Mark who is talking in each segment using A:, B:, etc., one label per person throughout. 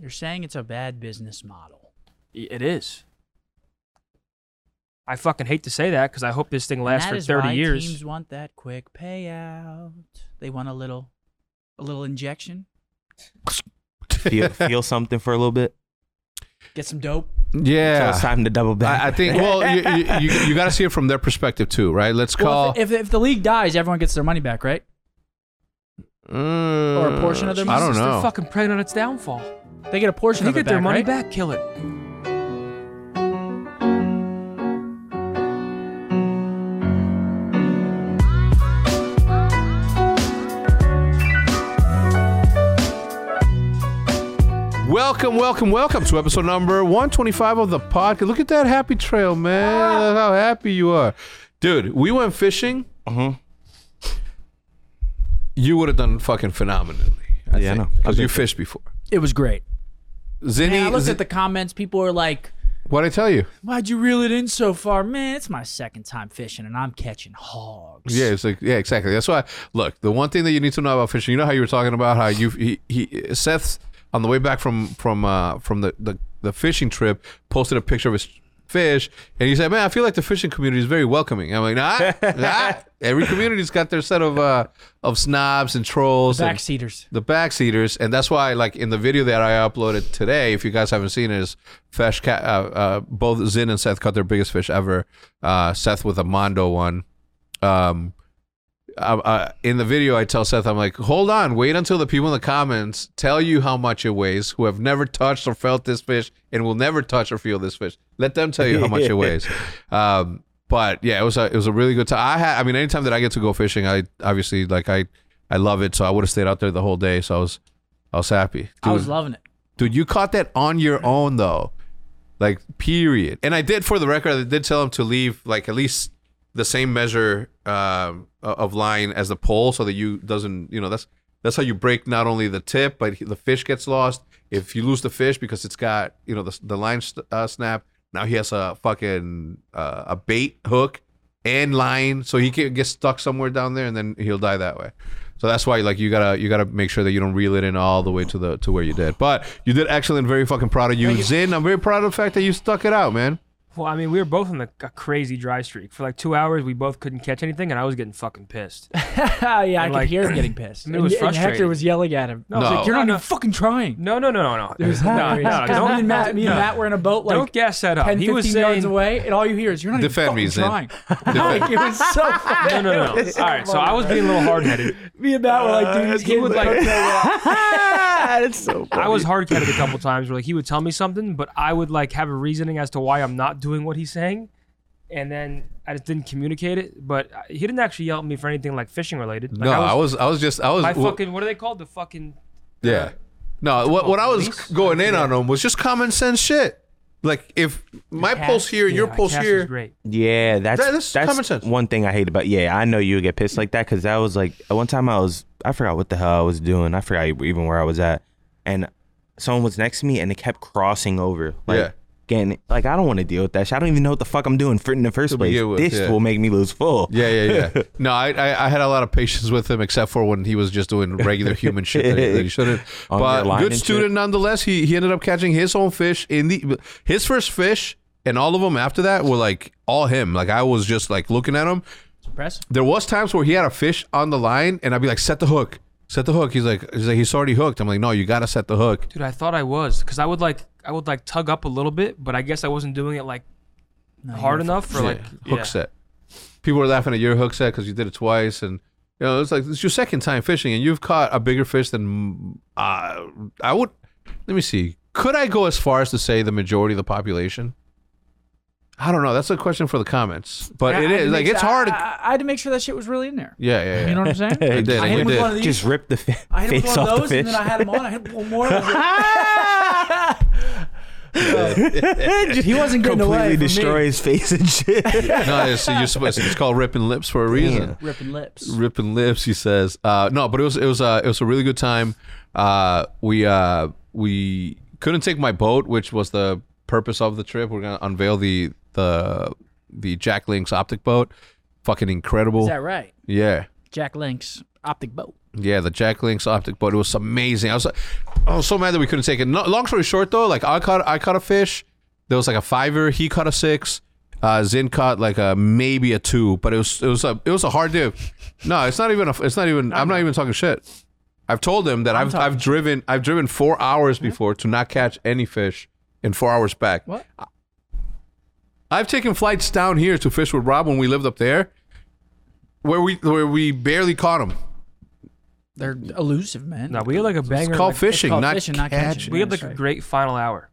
A: You're saying it's a bad business model.
B: I- It is. I fucking hate to say that because I hope this thing
A: And
B: lasts
A: that
B: for
A: is
B: 30
A: why
B: years.
A: Teams want that quick payout. They want a little, a little injection.
C: feel, feel something for a little bit.
A: Get some dope.
C: Until it's
D: Yeah.
C: time to double back.
D: I, I think. Well, you, you, you, you got to see it from their perspective too, right? Let's
A: Well,
D: call
A: if, if if the league dies, everyone gets their money back, right?
D: Mm,
A: or a portion of their
D: I
A: money.
D: don't
B: They're
D: know.
B: fucking preying on its downfall.
A: They get a portion
B: they
A: of it
B: get their
A: back,
B: money
A: right?
B: back, kill it.
D: Welcome, welcome, welcome to episode number 125 of the podcast. Look at that happy trail,
A: Ah.
D: man. Look how happy you are. Dude, we went fishing.
C: Mhm.
D: You would have done fucking phenomenally. I
C: Yeah, I know.
D: Because
C: I've
D: you
C: been-
D: fished before.
A: It was great.
D: Zinni,
A: Man, I looked
D: Z-
A: at the comments. People were like,
D: what'd I tell you?
A: "Why'd you reel it in so far, man? It's my second time fishing, and I'm catching hogs."
D: Yeah, it's like yeah, exactly. That's why. Look, the one thing that you need to know about fishing, you know how you were talking about how you he, he Seth on the way back from from uh, from the, the the fishing trip posted a picture of his fish, and he said, "Man, I feel like the fishing community is very welcoming." I'm like, nah, nah. Every community's got their set of uh of snobs and trolls and-
A: backseaters.
D: the backseaters, and that's why, like in the video that I uploaded today, if you guys haven't seen it, is fish ca- uh, uh, both Zin and Seth caught their biggest fish ever. Uh, Seth with a mondo one. Um, I, I, in the video, I tell Seth, I'm like, hold on, wait until the people in the comments tell you how much it weighs, who have never touched or felt this fish, and will never touch or feel this fish. Let them tell you how much it weighs. Um, but yeah, it was a it was a really good time. I had, I mean, anytime that I get to go fishing, I obviously like I I love it. So I would have stayed out there the whole day. So I was I was happy. Dude,
A: I was loving it.
D: dude, you caught that on your own though, like period. And I did for the record, I did tell him to leave like at least the same measure um, o- of line as the pole, so that you doesn't you know that's that's how you break not only the tip but the fish gets lost. If you lose the fish because it's got you know the the line st- uh, snap, now he has a fucking uh, a bait hook and line, so he can get stuck somewhere down there, and then he'll die that way. So that's why, like, you gotta you gotta make sure that you don't reel it in all the way to the to where you did. But you did excellent. Very fucking proud of you, Zin. I'm very proud of the fact that you stuck it out, man.
B: Well, I mean, we were both on the, a crazy dry streak. For like two hours, we both couldn't catch anything, and I was getting fucking pissed.
A: yeah, I could
B: like-
A: hear him getting pissed.
B: I mean, it was
A: and, and Hector
B: frustrating.
A: was yelling at him.
B: No,
A: He's like,
D: No.
A: "You're not
B: no,
A: even fucking trying."
B: No, no, no, no, no.
A: It was hilarious. 'Cause
B: don't-
A: me and Matt, me and
B: no.
A: Matt were in a boat like
B: don't gas that up.
A: 10,
B: he
A: 15
B: was
A: yards
B: saying,
A: away, and all you hear is, "You're not
D: Defend me,
A: even
D: Zin.
A: fucking trying." like, it was so funny.
B: No, no, no. no. All right, so I was being a little hard headed.
A: Me and Matt were like, "Dude, he's
B: he
A: getting
B: would
A: like."
B: like.
C: That's so funny.
B: I was hard headed a couple times where like he would tell me something, but I would like have a reasoning as to why I'm not doing what he's saying, and then I just didn't communicate it. But uh, he didn't actually yell at me for anything like fishing related. Like,
D: no, I was, I was just I was
B: my
D: well,
B: fucking what are they called? The fucking
D: yeah. No, what what I was
B: police?
D: going in on him was just common sense shit. Like if my
A: cast-
D: pulse here, your
B: Yeah,
D: pulse
B: Cass was
D: here,
B: Great.
C: Yeah, that's
D: That- that's
C: that's,
D: common sense.
C: one thing I hate about. Yeah, I know you would get pissed like that because that was like at one time I was I forgot what the hell I was doing. I forgot e-, even where I was at, and someone was next to me and they kept crossing over. Like,
D: Yeah.
C: Getting, like I don't want to deal with that. shit. I don't even know what the fuck I'm doing for in the first place.
D: begin with,
C: this
D: yeah.
C: will make me lose full.
D: Yeah, yeah, yeah. No, I, I, I had a lot of patience with him, except for when he was just doing regular human shit that he, that he shouldn't.
C: On your
D: But
C: line
D: good
C: and
D: student
C: shit.
D: nonetheless. He he ended up catching his own fish in the his first fish, and all of them after that were like all him. Like I was just like looking at him.
A: Impressive.
D: There was times where he had a fish on the line, and I'd be like, set the hook, set the hook. He's like, he's like, he's already hooked. I'm like, no, you gotta set the hook.
B: Dude, I thought I was because I would like I would like tug up a little bit, but I guess I wasn't doing it like hard enough for like
D: yeah. hook set. People were laughing at your hook set because you did it twice, and you know it's like it's your second time fishing, and you've caught a bigger fish than uh, I would. Let me see. Could I go as far as to say the majority of the population? I don't know. That's a question for the comments, but
A: I- I
D: it
A: had to
D: is like
A: make
D: it's
A: sure-
D: hard.
A: I,
D: to-
A: I- I had to make sure that shit was really in there.
D: yeah, yeah, yeah.
A: You know what I'm saying?
C: I
D: did,
A: I hit
D: I
A: him with
D: did.
A: one of these.
C: Just rip the fi-
A: I hit him
C: face
A: with one of
C: off the
A: those,
C: fish.
A: and then I had him on. I hit one more. and I was like- "Ah!" he wasn't getting
C: completely
A: away. from me.
C: destroy his face and shit.
D: no, it's, you're supposed. It's called ripping lips for a reason.
A: Ripping lips.
D: ripping lips he says uh no but it was it was uh it was a really good time uh we uh we couldn't take my boat which was the purpose of the trip we're gonna unveil the the the jack links optic boat fucking incredible
A: Is that right?
D: yeah
A: Jack Link's optic boat.
D: Yeah, the Jack Link's optic boat. It was amazing. I was like, I was so mad that we couldn't take it. No, long story short, though, like I caught, I caught a fish. There was like a fiver. He caught a six. Uh, Zin caught like a maybe a two, but it was it was a it was a hard day. No, it's not even a. It's not even. I'm not even talking shit. I've told him that i have I've driven I've driven four hours before to not catch any fish, and four hours back.
A: What?
D: I've taken flights down here to fish with Rob when we lived up there, where we where we barely caught him.
A: They're elusive, man.
B: No, we had like a banger.
D: It's called
B: like-
D: fishing,
A: called
D: not
A: fishing, not
D: catching.
A: catching.
B: we had
A: That's
B: like a
A: right.
B: great final hour.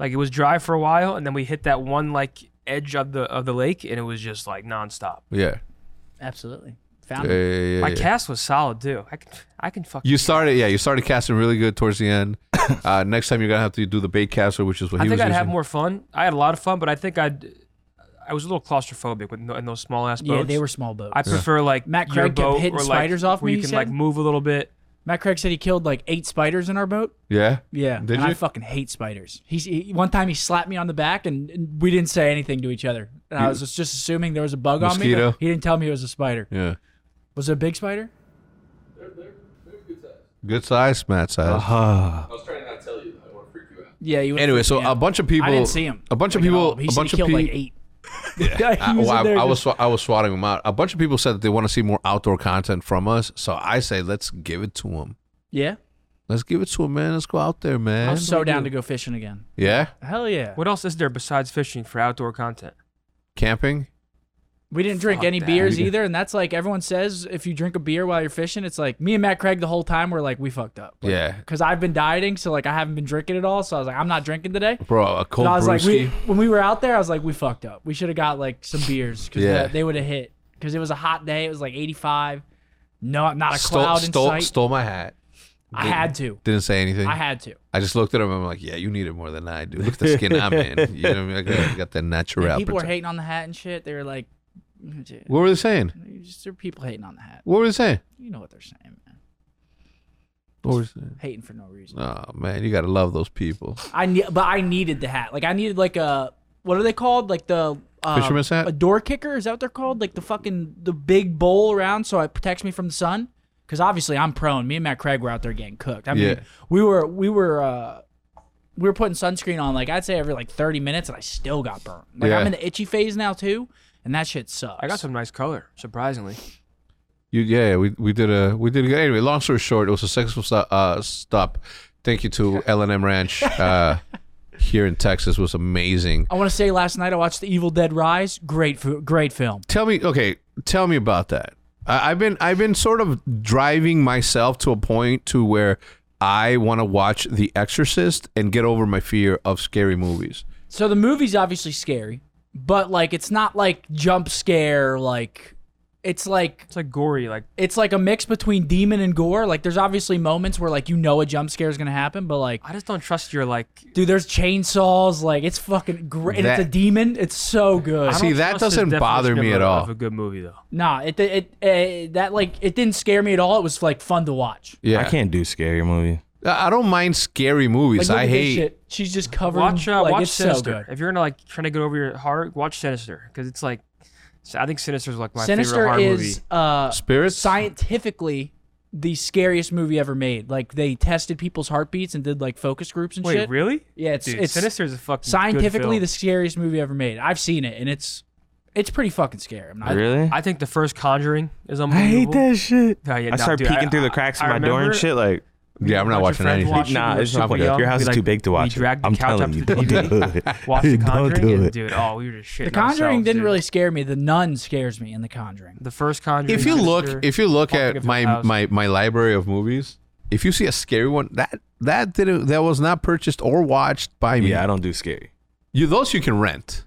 B: Like it was dry for a while, and then we hit that one like edge of the of the lake, and it was just like nonstop.
D: Yeah.
A: Absolutely. Found
D: Yeah,
A: it.
D: yeah, yeah,
B: My
D: yeah.
B: cast was solid too. I can I can fucking.
D: You started, yeah. You started casting really good towards the end. Uh, next time you're gonna have to do the bait caster, which is what
B: I
D: he
B: think
D: was
B: I'd
D: using.
B: have more fun. I had a lot of fun, but I think I'd. I was a little claustrophobic with no, in those small ass boats.
A: Yeah, they were small boats.
B: I prefer like
A: Matt
B: your
A: Craig kept
B: boat
A: hitting
B: or, like,
A: spiders off
B: where
A: me,
B: You
A: he
B: can like
A: said?
B: move a little bit.
A: Matt Craig said he killed like eight spiders in our boat.
D: yeah.
A: Yeah,
D: Did
A: and
D: you?
A: I fucking hate spiders. He's, he one time he slapped me on the back, and, and we didn't say anything to each other. And I was just, just assuming there was a bug on
D: Mosquito?
A: me. He didn't tell me it was a spider.
D: Yeah.
A: Was it a big spider?
D: Good size, Matt size.
A: Uh-huh.
E: I was trying to not tell you. though. I want to freak you out.
A: Yeah. You
D: Anyway, so a bunch of people.
A: I didn't see him.
D: A bunch of
A: Like, at
D: people.
A: all. He
D: a
A: said
D: bunch
A: he
D: of
A: killed
D: people.
A: like eight. Yeah,
D: I,
A: he was
D: well,
A: in there
D: I, I was
A: just-
D: swa- I was swatting them out. A bunch of people said that they want to see more outdoor content from us, so I say let's give it to them.
A: Yeah,
D: Let's give it to them, man. Let's go out there, man.
A: I'm so down to go fishing again.
D: yeah,
A: Hell yeah.
B: What else is there besides fishing for outdoor content?
D: camping.
A: We didn't drink
B: Fuck
A: any
B: that.
A: beers
D: We did-
A: either, and that's like everyone says if you drink a beer while you're fishing, it's like me and Matt Craig the whole time were like we fucked up.
D: Yeah,
A: Because I've been dieting, so like I haven't been drinking at all. So I was like, I'm not drinking today.
D: bro. A
A: But
D: cold
A: I was like, we,
D: brewski.
A: when we were out there, I was like, we fucked up. We should have got like some beers because
D: Yeah.
A: they would have hit. Because it was a hot day. It was like 85. No, not a
D: stole,
A: cloud in
D: stole,
A: sight.
D: stole my hat.
A: I had to.
D: Didn't say anything.
A: I had to.
D: I just looked at him. I'm like, yeah, you need it more than I do. Look at the skin I'm in. You know, what I mean? I got, I got that natural.
A: People were
D: protect-
A: hating on the hat and shit. They were like, "Dude,
D: What were they saying?
A: just there are people hating on the hat.
D: What were they saying?
A: You know what they're saying, man.
D: What were they saying?
A: Hating for no reason.
D: Oh man, you gotta love those people.
A: I ne- but I needed the hat. Like I needed like a what are they called? Like the uh,
D: Fisherman's hat?
A: A door kicker is that what they're called? Like the fucking the big bowl around so it protects me from the sun. Because obviously I'm prone. Me and Matt Craig were out there getting cooked. I mean,
D: Yeah.
A: we were we were uh, we were putting sunscreen on like I'd say every like 30 minutes, and I still got burned. Like
D: Yeah.
A: I'm in the itchy phase now too, and that shit sucks.
B: I got some nice color, surprisingly.
D: You, yeah, we, we did a we did a good. Anyway, long story short, it was a successful sto- uh, stop. Thank you to L and M Ranch uh, here in Texas. It was amazing.
A: I want to say last night I watched The Evil Dead Rise. Great, fu- great film.
D: Tell me, okay, tell me about that. I, I've been I've been sort of driving myself to a point to where I want to watch The Exorcist and get over my fear of scary movies.
A: So the movie's obviously scary, but like it's not like jump scare like it's like
B: It's like gory, like
A: it's like a mix between demon and gore. Like there's obviously moments where like you know a jump scare is gonna happen, but like
B: I just don't trust your like.
A: dude, there's chainsaws. Like it's fucking great. And it's a
D: That-
A: demon. It's so good.
B: I
D: See,
B: don't
D: that
B: trust his
D: doesn't bother
B: definition
D: me
B: of
D: at
B: a-
D: all.
B: Of a good movie though.
A: Nah, it it, it that like it didn't scare me at all. It was like fun to watch.
D: Yeah,
C: I
D: I,
C: can't do scary movie.
D: I I don't mind scary
A: Like,
D: movies.
A: look
D: I
A: at this
D: hate.
A: shit. She's just covered.
B: Watch,
A: in,
B: uh,
A: like,
B: watch
A: it's So
B: Sinister.
A: good.
B: if you're gonna like trying to get over your heart, watch Sinister because it's like, so I think Sinister's like my favorite
A: Sinister
B: horror
A: is
B: movie.
A: uh
D: Spirits?
A: scientifically the scariest movie ever made. Like they tested people's heartbeats and did like focus groups and
B: Wait,
A: shit.
B: really?
A: Yeah, it's
B: Dude,
A: it's
B: Sinister is a fucking good
A: scientifically
B: film.
A: the scariest movie ever made. I've seen it and it's it's pretty fucking scary. I'm not
C: really?
B: I think the first Conjuring is
C: I hate
B: unbelievable.
C: that shit.
B: No, yeah,
C: I
B: no,
C: start
B: dude,
C: peeking
B: I-
C: through the cracks
B: I
C: of my door
B: remember
C: and shit. Like,
D: Yeah, I'm
B: a
D: not
B: bunch of
D: watching
B: friends
D: anything.
B: watched it,
C: nah,
B: we
C: it's
B: were
C: no point.
B: young,
C: Your house
B: we,
C: is
B: like,
C: too big to watch.
B: We dragged
C: it.
B: the
C: I'm
B: couch
C: telling
B: up
C: you,
B: to the
C: don't do
B: TV.
C: it.
B: Watch the
C: Don't
B: Conjuring,
C: do
B: and,
C: it.
B: dude. Oh, we were just shitting
A: The Conjuring
B: ourselves,
A: didn't
B: dude.
A: really scare me. The Nun scares me in The Conjuring.
B: The first Conjuring.
D: if you
B: Sinister.
D: look if you look
B: Haunting
D: at
B: of
D: my
B: Hill House.
D: my my library of movies if you see a scary one that that didn't that was not purchased or watched by me
C: Yeah, I don't do scary.
D: you those you can rent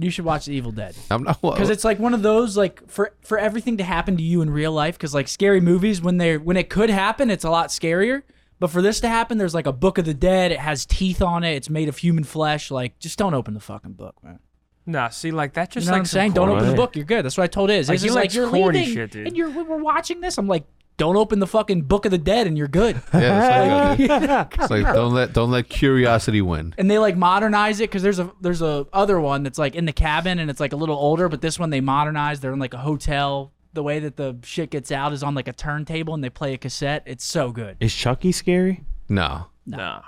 A: You should watch The Evil Dead.
D: i'm not
A: Because it's like one of those like for for everything to happen to you in real life. Because like scary movies, when they when it could happen, it's a lot scarier. But for this to happen, there's like a Book of the Dead. It has teeth on it. It's made of human flesh. Like just don't open the fucking book, man.
B: Nah, see, like that's
A: You
B: just
A: know
B: like
A: what I'm
B: some
A: saying? Don't
B: corny
A: open the
C: shit.
A: book. You're good. That's what I told Iz.
B: Like,
A: Iz
B: he
A: is like
B: likes
A: you're
B: corny
A: leaving,
B: shit, dude.
A: and you're we're watching this. I'm like, don't open the fucking Book of the Dead, and you're good.
D: yeah, it's like, uh, it's like, don't let don't let curiosity win
A: and they like modernize it because there's a there's a other one that's like in the cabin and it's like a little older, but this one they modernized. They're in like a hotel the way that the shit gets out is on like a turntable and they play a cassette. It's so good.
C: Is Chucky scary?
D: No.
B: Nah.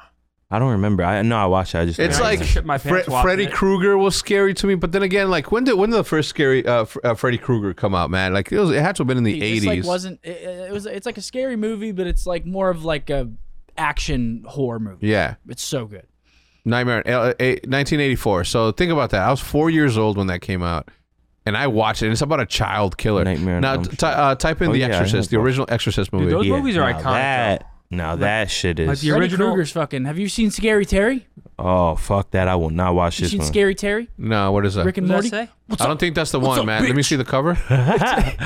C: I don't remember. I know I watched it. I just
D: It's
B: Yeah, I
D: like
B: used to shit my
D: Fre-
B: pants watching
D: Freddy
B: it.
D: Krueger was scary to me, but then again, like when did when did the first scary uh, Fr- uh, Freddy Krueger come out, man? Like it was it had to have been in the
A: This, like
D: eighties.
A: wasn't it, it was it's like a scary movie, but it's like more of like a action horror movie.
D: yeah,
A: It's so good.
D: Nightmare in L- eh, 1984. So think about that. I was four years old when that came out, and I watched it. And it's about a child killer.
C: Nightmare on
D: now
C: Elm
D: t-
C: Street.
D: ty- uh, type in
C: Oh,
D: The
C: yeah, I
D: Exorcist,
C: know.
D: the original Exorcist movie.
B: those movies are iconic,
C: That, no, that shit is.
B: Like the
A: Freddy
B: original-
A: Krueger's fucking. Have you seen Scary Terry?
C: oh fuck that! I will not watch
A: You
C: this
A: seen
C: one.
A: Scary Terry?
D: no, what is that?
A: Rick and
B: What
A: Morty.
B: did I say?
D: I don't think that's the one,
A: up,
D: man. Let me see the cover.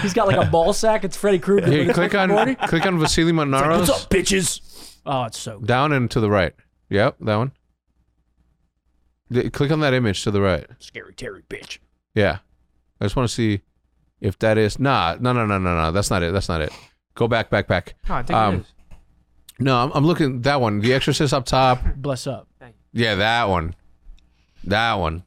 A: He's got like a ball sack. It's Freddy Krueger. but
D: Here,
A: it's
D: click
A: Rick
D: on
A: and Morty.
D: click on Vasily Manaros.
A: What's up, bitches? Oh, it's so good.
D: Down and to the right. Yep, that one. Th- click on that image to the right.
A: Scary Terry, bitch.
D: Yeah. I just want to see if that is nah no no no no no that's not it that's not it. Go back back back.
B: No, I think
D: Um,
B: it is.
D: No, I'm, I'm looking that one. The Exorcist up top.
A: Bless up.
D: Yeah, that one. That one.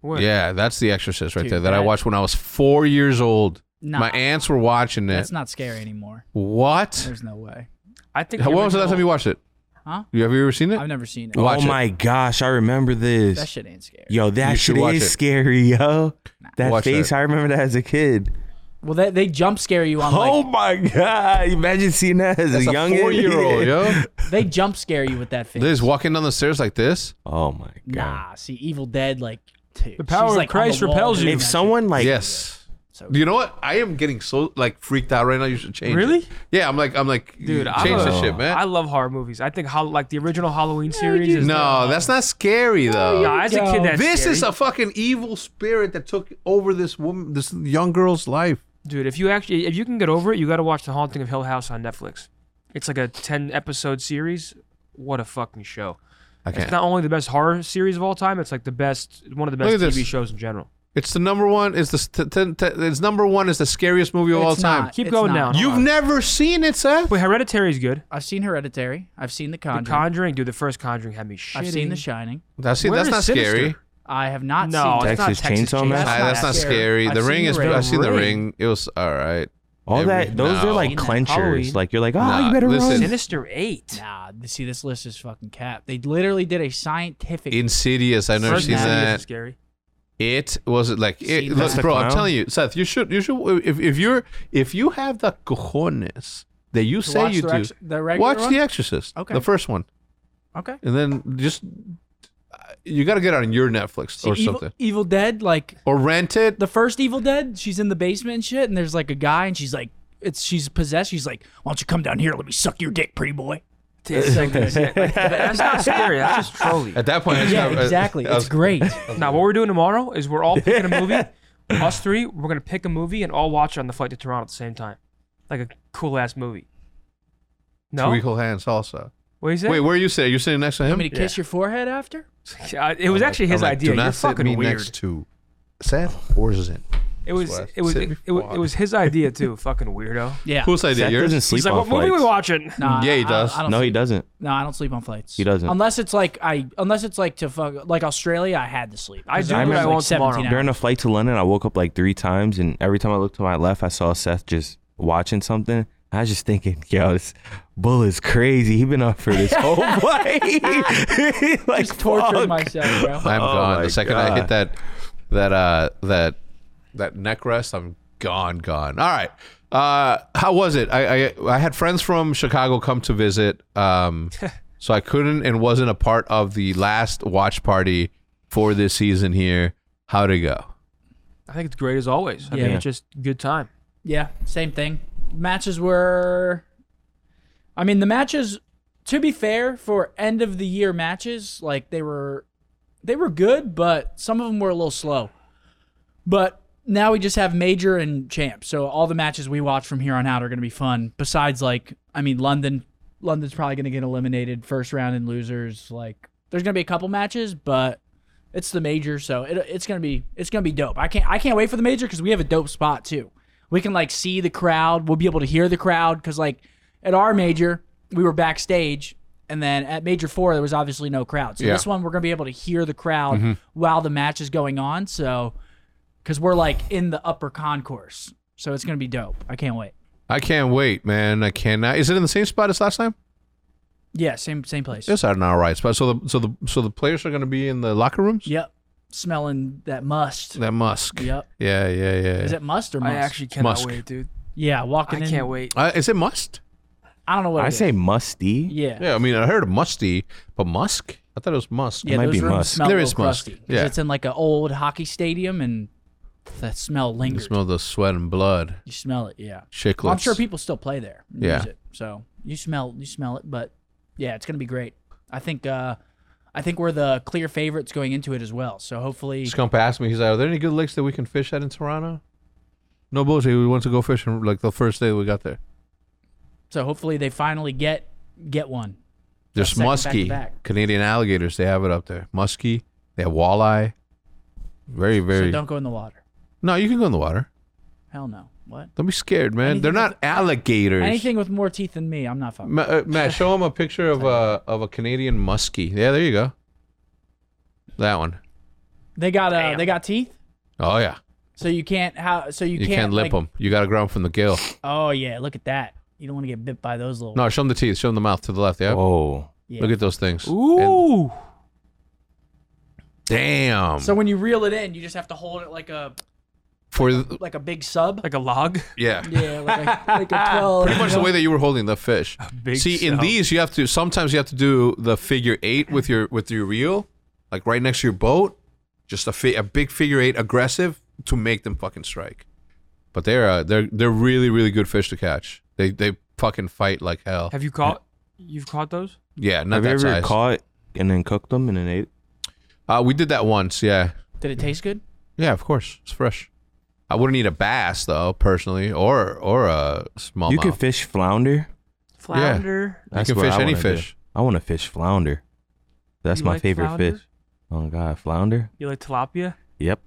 B: What?
D: Yeah, that's The Exorcist right
A: Dude,
D: there that I
A: that-
D: watched when I was four years old.
A: Nah.
D: My aunts were watching it.
A: That's not scary anymore.
D: what?
A: There's no way.
B: I think.
D: How-
B: the
D: When was the last
B: original-
D: time you watched it?
A: Huh?
D: You have you ever seen it?
A: I've never seen it.
D: What? watch
C: oh
D: it.
C: my gosh, I remember this.
A: That shit ain't scary.
C: yo, that
D: You should
C: shit
D: watch
C: is
D: it.
C: scary, yo. That
D: Watch
C: face,
D: that.
C: I remember that as a kid.
A: Well, they, they jump scare you on
C: oh
A: like
C: my god! Imagine seeing that as
D: That's
C: a young
D: four year old, yo.
A: they jump scare you with that face.
D: Liz walking down the stairs like this.
C: Oh my god!
A: nah, see, Evil Dead like two. The
B: power of Christ repels you.
C: If someone like
D: Yes.
A: So-
D: You know what? I am getting so like freaked out right now. You should change. it.
B: Really?
D: Yeah, I'm like, I'm like,
B: Dude,
D: dude,
B: I'm
D: change
B: a-
D: this shit, man.
B: I love horror movies. I think hol- like the original Halloween series is
D: no, that's not scary though.
B: Nah, as a
A: go.
B: kid, that's
D: this
B: scary.
D: is a fucking evil spirit that took over this woman, this young girl's life.
B: dude. If you actually, if you can get over it, you got to watch The Haunting of Hill House on Netflix. It's like a ten episode series. What a fucking show!
D: I
B: It's
D: can't.
B: not only the best horror series of all time. It's like the best, one of the best
D: Look at
B: TV
D: this.
B: shows in general.
D: It's the number one. It's the st- t- t- it's number one. Is the scariest movie of all time.
B: Keep going
A: now.
B: down.
D: You've
B: Hold on.
D: never seen it, Seth.
B: Wait, Hereditary is good.
A: I've seen Hereditary. I've seen The Conjuring.
B: The Conjuring, dude. The first Conjuring had me shitting.
A: I've seen The Shining.
D: That's
B: Where
D: that's
B: is
D: not
B: Sinister?
D: scary.
A: I have not
B: No,
A: seen.
B: it's not
C: Texas
B: Texas
C: Chainsaw
B: Chainsaw
C: Massacre?
A: That's not
D: Nah, that's not
A: scary.
D: scary.
A: I've
D: The
A: seen
D: ring
A: The
D: is.
A: Ring.
D: I've seen the
A: Ring.
D: ring. It was all right.
C: all
D: Every-
C: that, those
D: no.
C: are like
A: Seen that.
C: clenchers.
B: Halloween.
C: Like you're like, oh,
D: Nah,
C: you better
D: listen.
C: run.
B: Sinister Eight.
A: Nah, th- see, this list is fucking cap. They literally did a scientific.
D: Insidious. I've never
B: First
D: seen
B: Insidious
D: that.
B: is Scary.
D: It was it like
A: Seen
D: it,
A: that.
D: look,
A: That's
C: the
D: bro. I'm
C: clown.
D: telling you, Seth. You should. You should. If, if you're if you have the cojones that you
A: to
D: say
A: watch
D: you
A: the,
D: do,
A: ex- the regular
D: watch
A: one?
D: The Exorcist.
A: Okay.
D: the first one,
A: Okay.
D: and then just you got to get on your Netflix
A: See,
D: or
A: Evil,
D: something,
A: Evil Dead, like
D: or rent it.
A: the first Evil Dead, she's in the basement and shit, and there's like a guy, and she's like, it's she's possessed. She's like, why don't you come down here? Let me suck your dick, pretty boy. It's so good.
B: That's not scary. That's just trolling.
D: At that point, uh, I just
A: yeah,
D: got- I-
A: exactly.
D: I was-
A: It's great.
B: Now, what we're doing tomorrow is we're all picking a movie. Us three, we're gonna pick a movie and all watch it on the flight to Toronto at the same time, like a cool ass movie. No,
D: We hold hands also.
B: what do you say?
D: Wait, where you sitting? You sitting next to him?
A: Want me to kiss your forehead after?
B: Uh, it was actually his
D: I'm like,
B: idea.
D: Do not
B: You're
D: sit
B: fucking
D: me
B: weird.
D: next to Seth or Zin.
B: it was
D: where I
B: it was
D: sit
B: it, it,
D: before.
B: was- it was his idea too. fucking weirdo.
A: Yeah.
D: Whose idea?
C: Seth
D: Yours?
C: doesn't sleep
B: He's like,
C: on
B: what movie
C: flights.
B: we watching?
A: Nah,
D: Yeah, he
A: I-
D: does.
A: I, don't
C: No, he
A: sleep-
C: doesn't.
A: No, I don't sleep on flights.
C: He doesn't.
A: Unless it's like I, unless it's like to fuck, like Australia, I had to sleep.
B: I
A: 'Cause
B: do,
A: was,
C: but I
B: won't tomorrow.
A: 17
C: During
A: hours.
C: a flight to London, I woke up like three times, and every time I looked to my left, I saw Seth just watching something. I was just thinking, yo, this bull is crazy. He been up for this whole flight. like
A: Just tortured
C: fuck.
A: myself, bro.
D: I'm
C: Oh
D: gone.
C: my
D: The second I
C: God.
D: hit that that uh that that neck rest, I'm gone, gone. All right. Uh how was it? I I, I had friends from Chicago come to visit. Um so I couldn't and wasn't a part of the last watch party for this season here. How'd it go?
B: I think it's great as always. I mean,
A: Yeah.
B: it's just good time.
A: Yeah, same thing. Matches were. I mean, the matches. To be fair, for end of the year matches, like they were, they were good, but some of them were a little slow. But now we just have major and champ, so all the matches we watch from here on out are going to be fun. Besides, like, I mean, London, London's probably going to get eliminated first round and losers. Like, there's going to be a couple matches, but it's the major, so it, it's gonna be it's gonna be dope. I can't I can't wait for the major because we have a dope spot too. We can like see the crowd. We'll be able to hear the crowd because like at our major we were backstage, and then at major four there was obviously no crowd. So
D: Yeah.
A: this one we're gonna be able to hear the crowd while the match is going on. So because we're like in the upper concourse, So it's gonna be dope. I can't wait.
D: I can't wait, man. I cannot. Is it in the same spot as last time?
A: Yeah, same same place.
D: It's at an all right spot. So the so the so the players are going to be in the locker rooms.
A: Yep. Smelling that must.
D: That Musk.
A: Yep.
D: Yeah, yeah, yeah.
A: Is it must or must?
B: I actually cannot
D: Musk.
B: wait, dude.
A: yeah,
B: I
A: walking in.
B: can't wait.
D: uh, is it Must?
A: I don't know what
C: I
A: it is.
C: say musty.
A: Yeah.
D: Yeah, I mean, I heard of Musty, but Musk? I thought it was Musk.
A: Yeah,
C: might
A: those
C: be
A: rooms
C: Musk.
A: smell
D: There
A: a
D: is
A: little
D: Musk.
A: crusty 'cause
D: Yeah.
A: It's in like an old hockey stadium and that smell
D: You
A: lingers.
D: smell the sweat and blood.
A: you smell it, yeah.
D: Chicklets.
A: Well, I'm sure people still play there. and
D: Yeah.
A: Use it. So you smell you smell it, but yeah, it's gonna be great. I think uh I think we're the clear favorites going into it as well. So hopefully
D: Scump asked me, he's like, "Are there any good lakes that we can fish at in Toronto?" No bullshit. We went to go fishing like the first day we got there.
A: so hopefully they finally get get one.
D: There's
A: second back to
D: musky
A: back.
D: Canadian alligators. They have it up there. Musky. They have walleye. Very,
A: So
D: very.
A: don't go in the water.
D: no, you can go in the water.
A: Hell no. What?
D: Don't be scared, man.
A: Anything
D: They're
A: with-
D: not alligators.
A: Anything with more teeth than me, I'm not fucking.
D: Ma- uh, Matt, show him a picture of a of a Canadian muskie. Yeah, there you go. That one.
A: They got uh, they got teeth,
D: Oh yeah.
A: so you can't how so you,
D: You can't, lip
A: like,
D: them. You got to grow them from the gill.
A: Oh yeah, look at that. You don't want to get bit by those little.
D: No, show them the teeth. Show them the mouth to the left.
C: Oh,
D: Yeah.
C: Whoa.
A: yeah.
D: Look at those things. And-
B: Ooh.
D: damn.
A: So when you reel it in, you just have to hold it like a
D: For the,
A: like a big sub.
B: Like a log.
D: yeah.
A: Yeah, like a, like a twelve.
D: Pretty much the way that you were holding the fish.
B: big
D: See, in
B: shell.
D: these, you have to sometimes you have to do the figure eight with your with your reel, like right next to your boat, just a fi- a big figure eight, aggressive to make them fucking strike. But they're uh, they're they're really really good fish to catch. They they fucking fight like hell.
B: Have you caught? You've caught those?
D: Yeah, not
C: Have you
D: that
C: ever
D: size.
C: caught and then cooked them and then ate?
D: Uh, we did that once. Yeah,
A: Did it taste good?
D: yeah, of course, it's fresh. I wouldn't eat a bass though, personally, or or a smallmouth.
C: you could fish flounder.
B: Flounder.
D: You can
C: what
D: fish
C: I
D: any
C: wanna do.
D: fish.
C: I want to fish flounder. That's
B: You
C: my
B: like
C: favorite
B: flounder?
C: fish. Oh god, flounder.
B: You like tilapia?
C: Yep.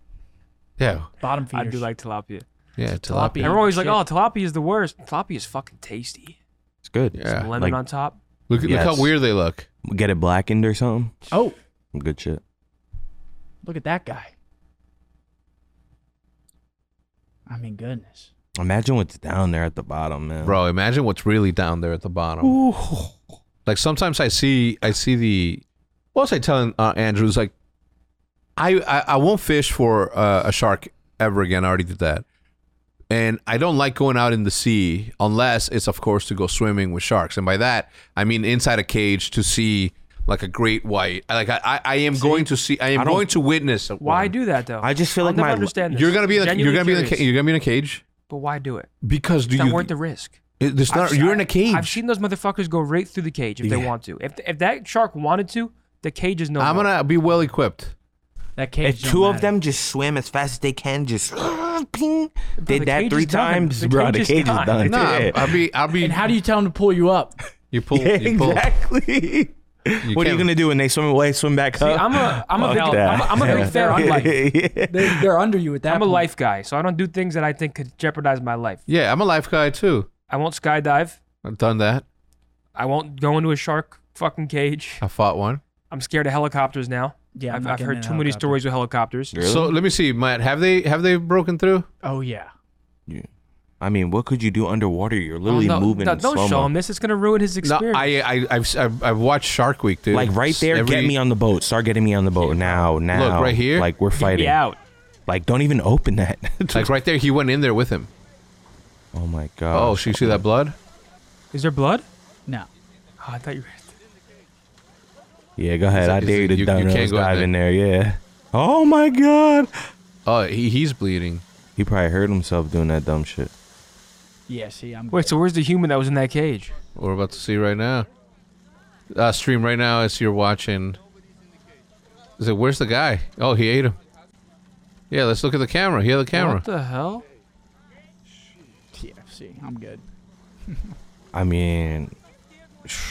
D: Yeah,
A: Bottom feeders.
B: I do like tilapia.
D: yeah,
A: tilapia.
D: tilapia.
A: Yeah,
B: Everyone always like,
A: shit.
B: oh, tilapia is the worst. Tilapia is fucking tasty.
C: It's good.
D: Yeah.
B: Lemon
C: Like-
B: on top.
D: Look, look
C: Yes.
D: how weird they look.
C: Get it blackened or something.
A: Oh,
C: Good shit.
A: look at that guy. I mean, goodness.
C: Imagine what's down there at the bottom, man.
D: Bro, imagine what's really down there at the bottom. Like sometimes I see I see the what was I telling uh, Andrew? It's like I, I I won't fish for uh, a shark ever again. I already did that. And I don't like going out in the sea unless it's of course to go swimming with sharks. And by that I mean inside a cage to see like a great white. I- Like I, I, I am going to see I am
C: I don't-
D: going to witness.
B: Why
D: one.
B: do that though?
C: I just feel
B: I'll
C: like
B: never
C: my-
B: understand this.
D: you're gonna be in a, you're
B: Genuinely
D: gonna be in a,
B: curious.
D: ca- you're gonna be in a cage
B: But why do it?
D: because do
B: It's not
D: you?
B: worth the risk.
D: it's not.
B: I've-
D: you're in a cage.
B: I've seen those motherfuckers go right through the cage if they
D: Yeah.
B: want to. If if that shark wanted to, the cage is no.
D: I'm
B: more.
D: gonna be well equipped.
A: That
C: If
A: cage. don't
C: two of
A: matter.
C: them just swim as fast as they can, just ping,
B: the
C: did that
B: cage
C: three
B: is done.
C: times,
B: The
C: bro.
B: cage
C: The
B: is
C: cage is
B: done.
C: done.
D: No,
C: Yeah.
D: I'll be. I'll be.
A: And how do you tell them to pull you up?
D: you pull?
C: Yeah,
D: you pull.
C: exactly.
D: You
C: what are
D: can't-
C: you gonna do when they swim away? Swim back
B: See,
C: up?
B: I'm a I'm a
C: Fuck
B: big,
C: that.
B: I'm a, I'm a big fair on life.
C: Yeah.
A: They, they're under you at that.
B: I'm a
A: point.
B: life guy, so I don't do things that I think could jeopardize my life.
D: Yeah, I'm a life guy too.
B: I won't skydive.
D: I've done that.
B: I won't go into a shark fucking cage.
D: I fought one.
B: I'm scared of helicopters now.
A: Yeah, I'm
B: I've,
A: not
B: I've
A: getting
B: heard
A: in a
B: too many
A: helicopter.
B: stories with helicopters.
C: Really?
D: So let me see, Matt. Have they have they broken through?
A: Oh yeah.
C: Yeah. I mean, what could you do underwater? You're literally
B: Oh, no,
C: moving
B: no,
C: in
B: don't
C: slow
B: show him
C: mo.
B: this. It's gonna ruin his
D: No,
B: experience.
D: I I I've, I've I've watched Shark Week, dude.
C: Like right there, get
D: Every-
C: me on the boat. Start getting me on the boat now, now.
D: right here?
C: Like we're
B: Get me
C: fighting.
B: out.
C: Like don't even open that.
D: Like right there, he went in there with him.
C: oh my god.
D: Oh, so you see that blood?
B: Is there blood?
A: No.
B: Oh, I thought you were.
C: Yeah, go ahead. I
D: is
C: dare
D: it-
C: you to
D: you- you
C: dive,
D: can't
C: let's
D: go in
C: dive in there. Yeah. Oh my god.
D: Oh, he, he's bleeding.
C: He probably hurt himself doing that dumb shit.
A: Yeah. See, I'm.
B: Wait,
A: good.
B: so where's the human that was in that cage?
D: We're about to see right now. Uh, stream right now as you're watching. Is it? Where's the guy? Oh, he ate him. Yeah, let's look at the camera. Here, the camera.
B: What the hell?
A: yeah, see, I'm good.
C: I mean,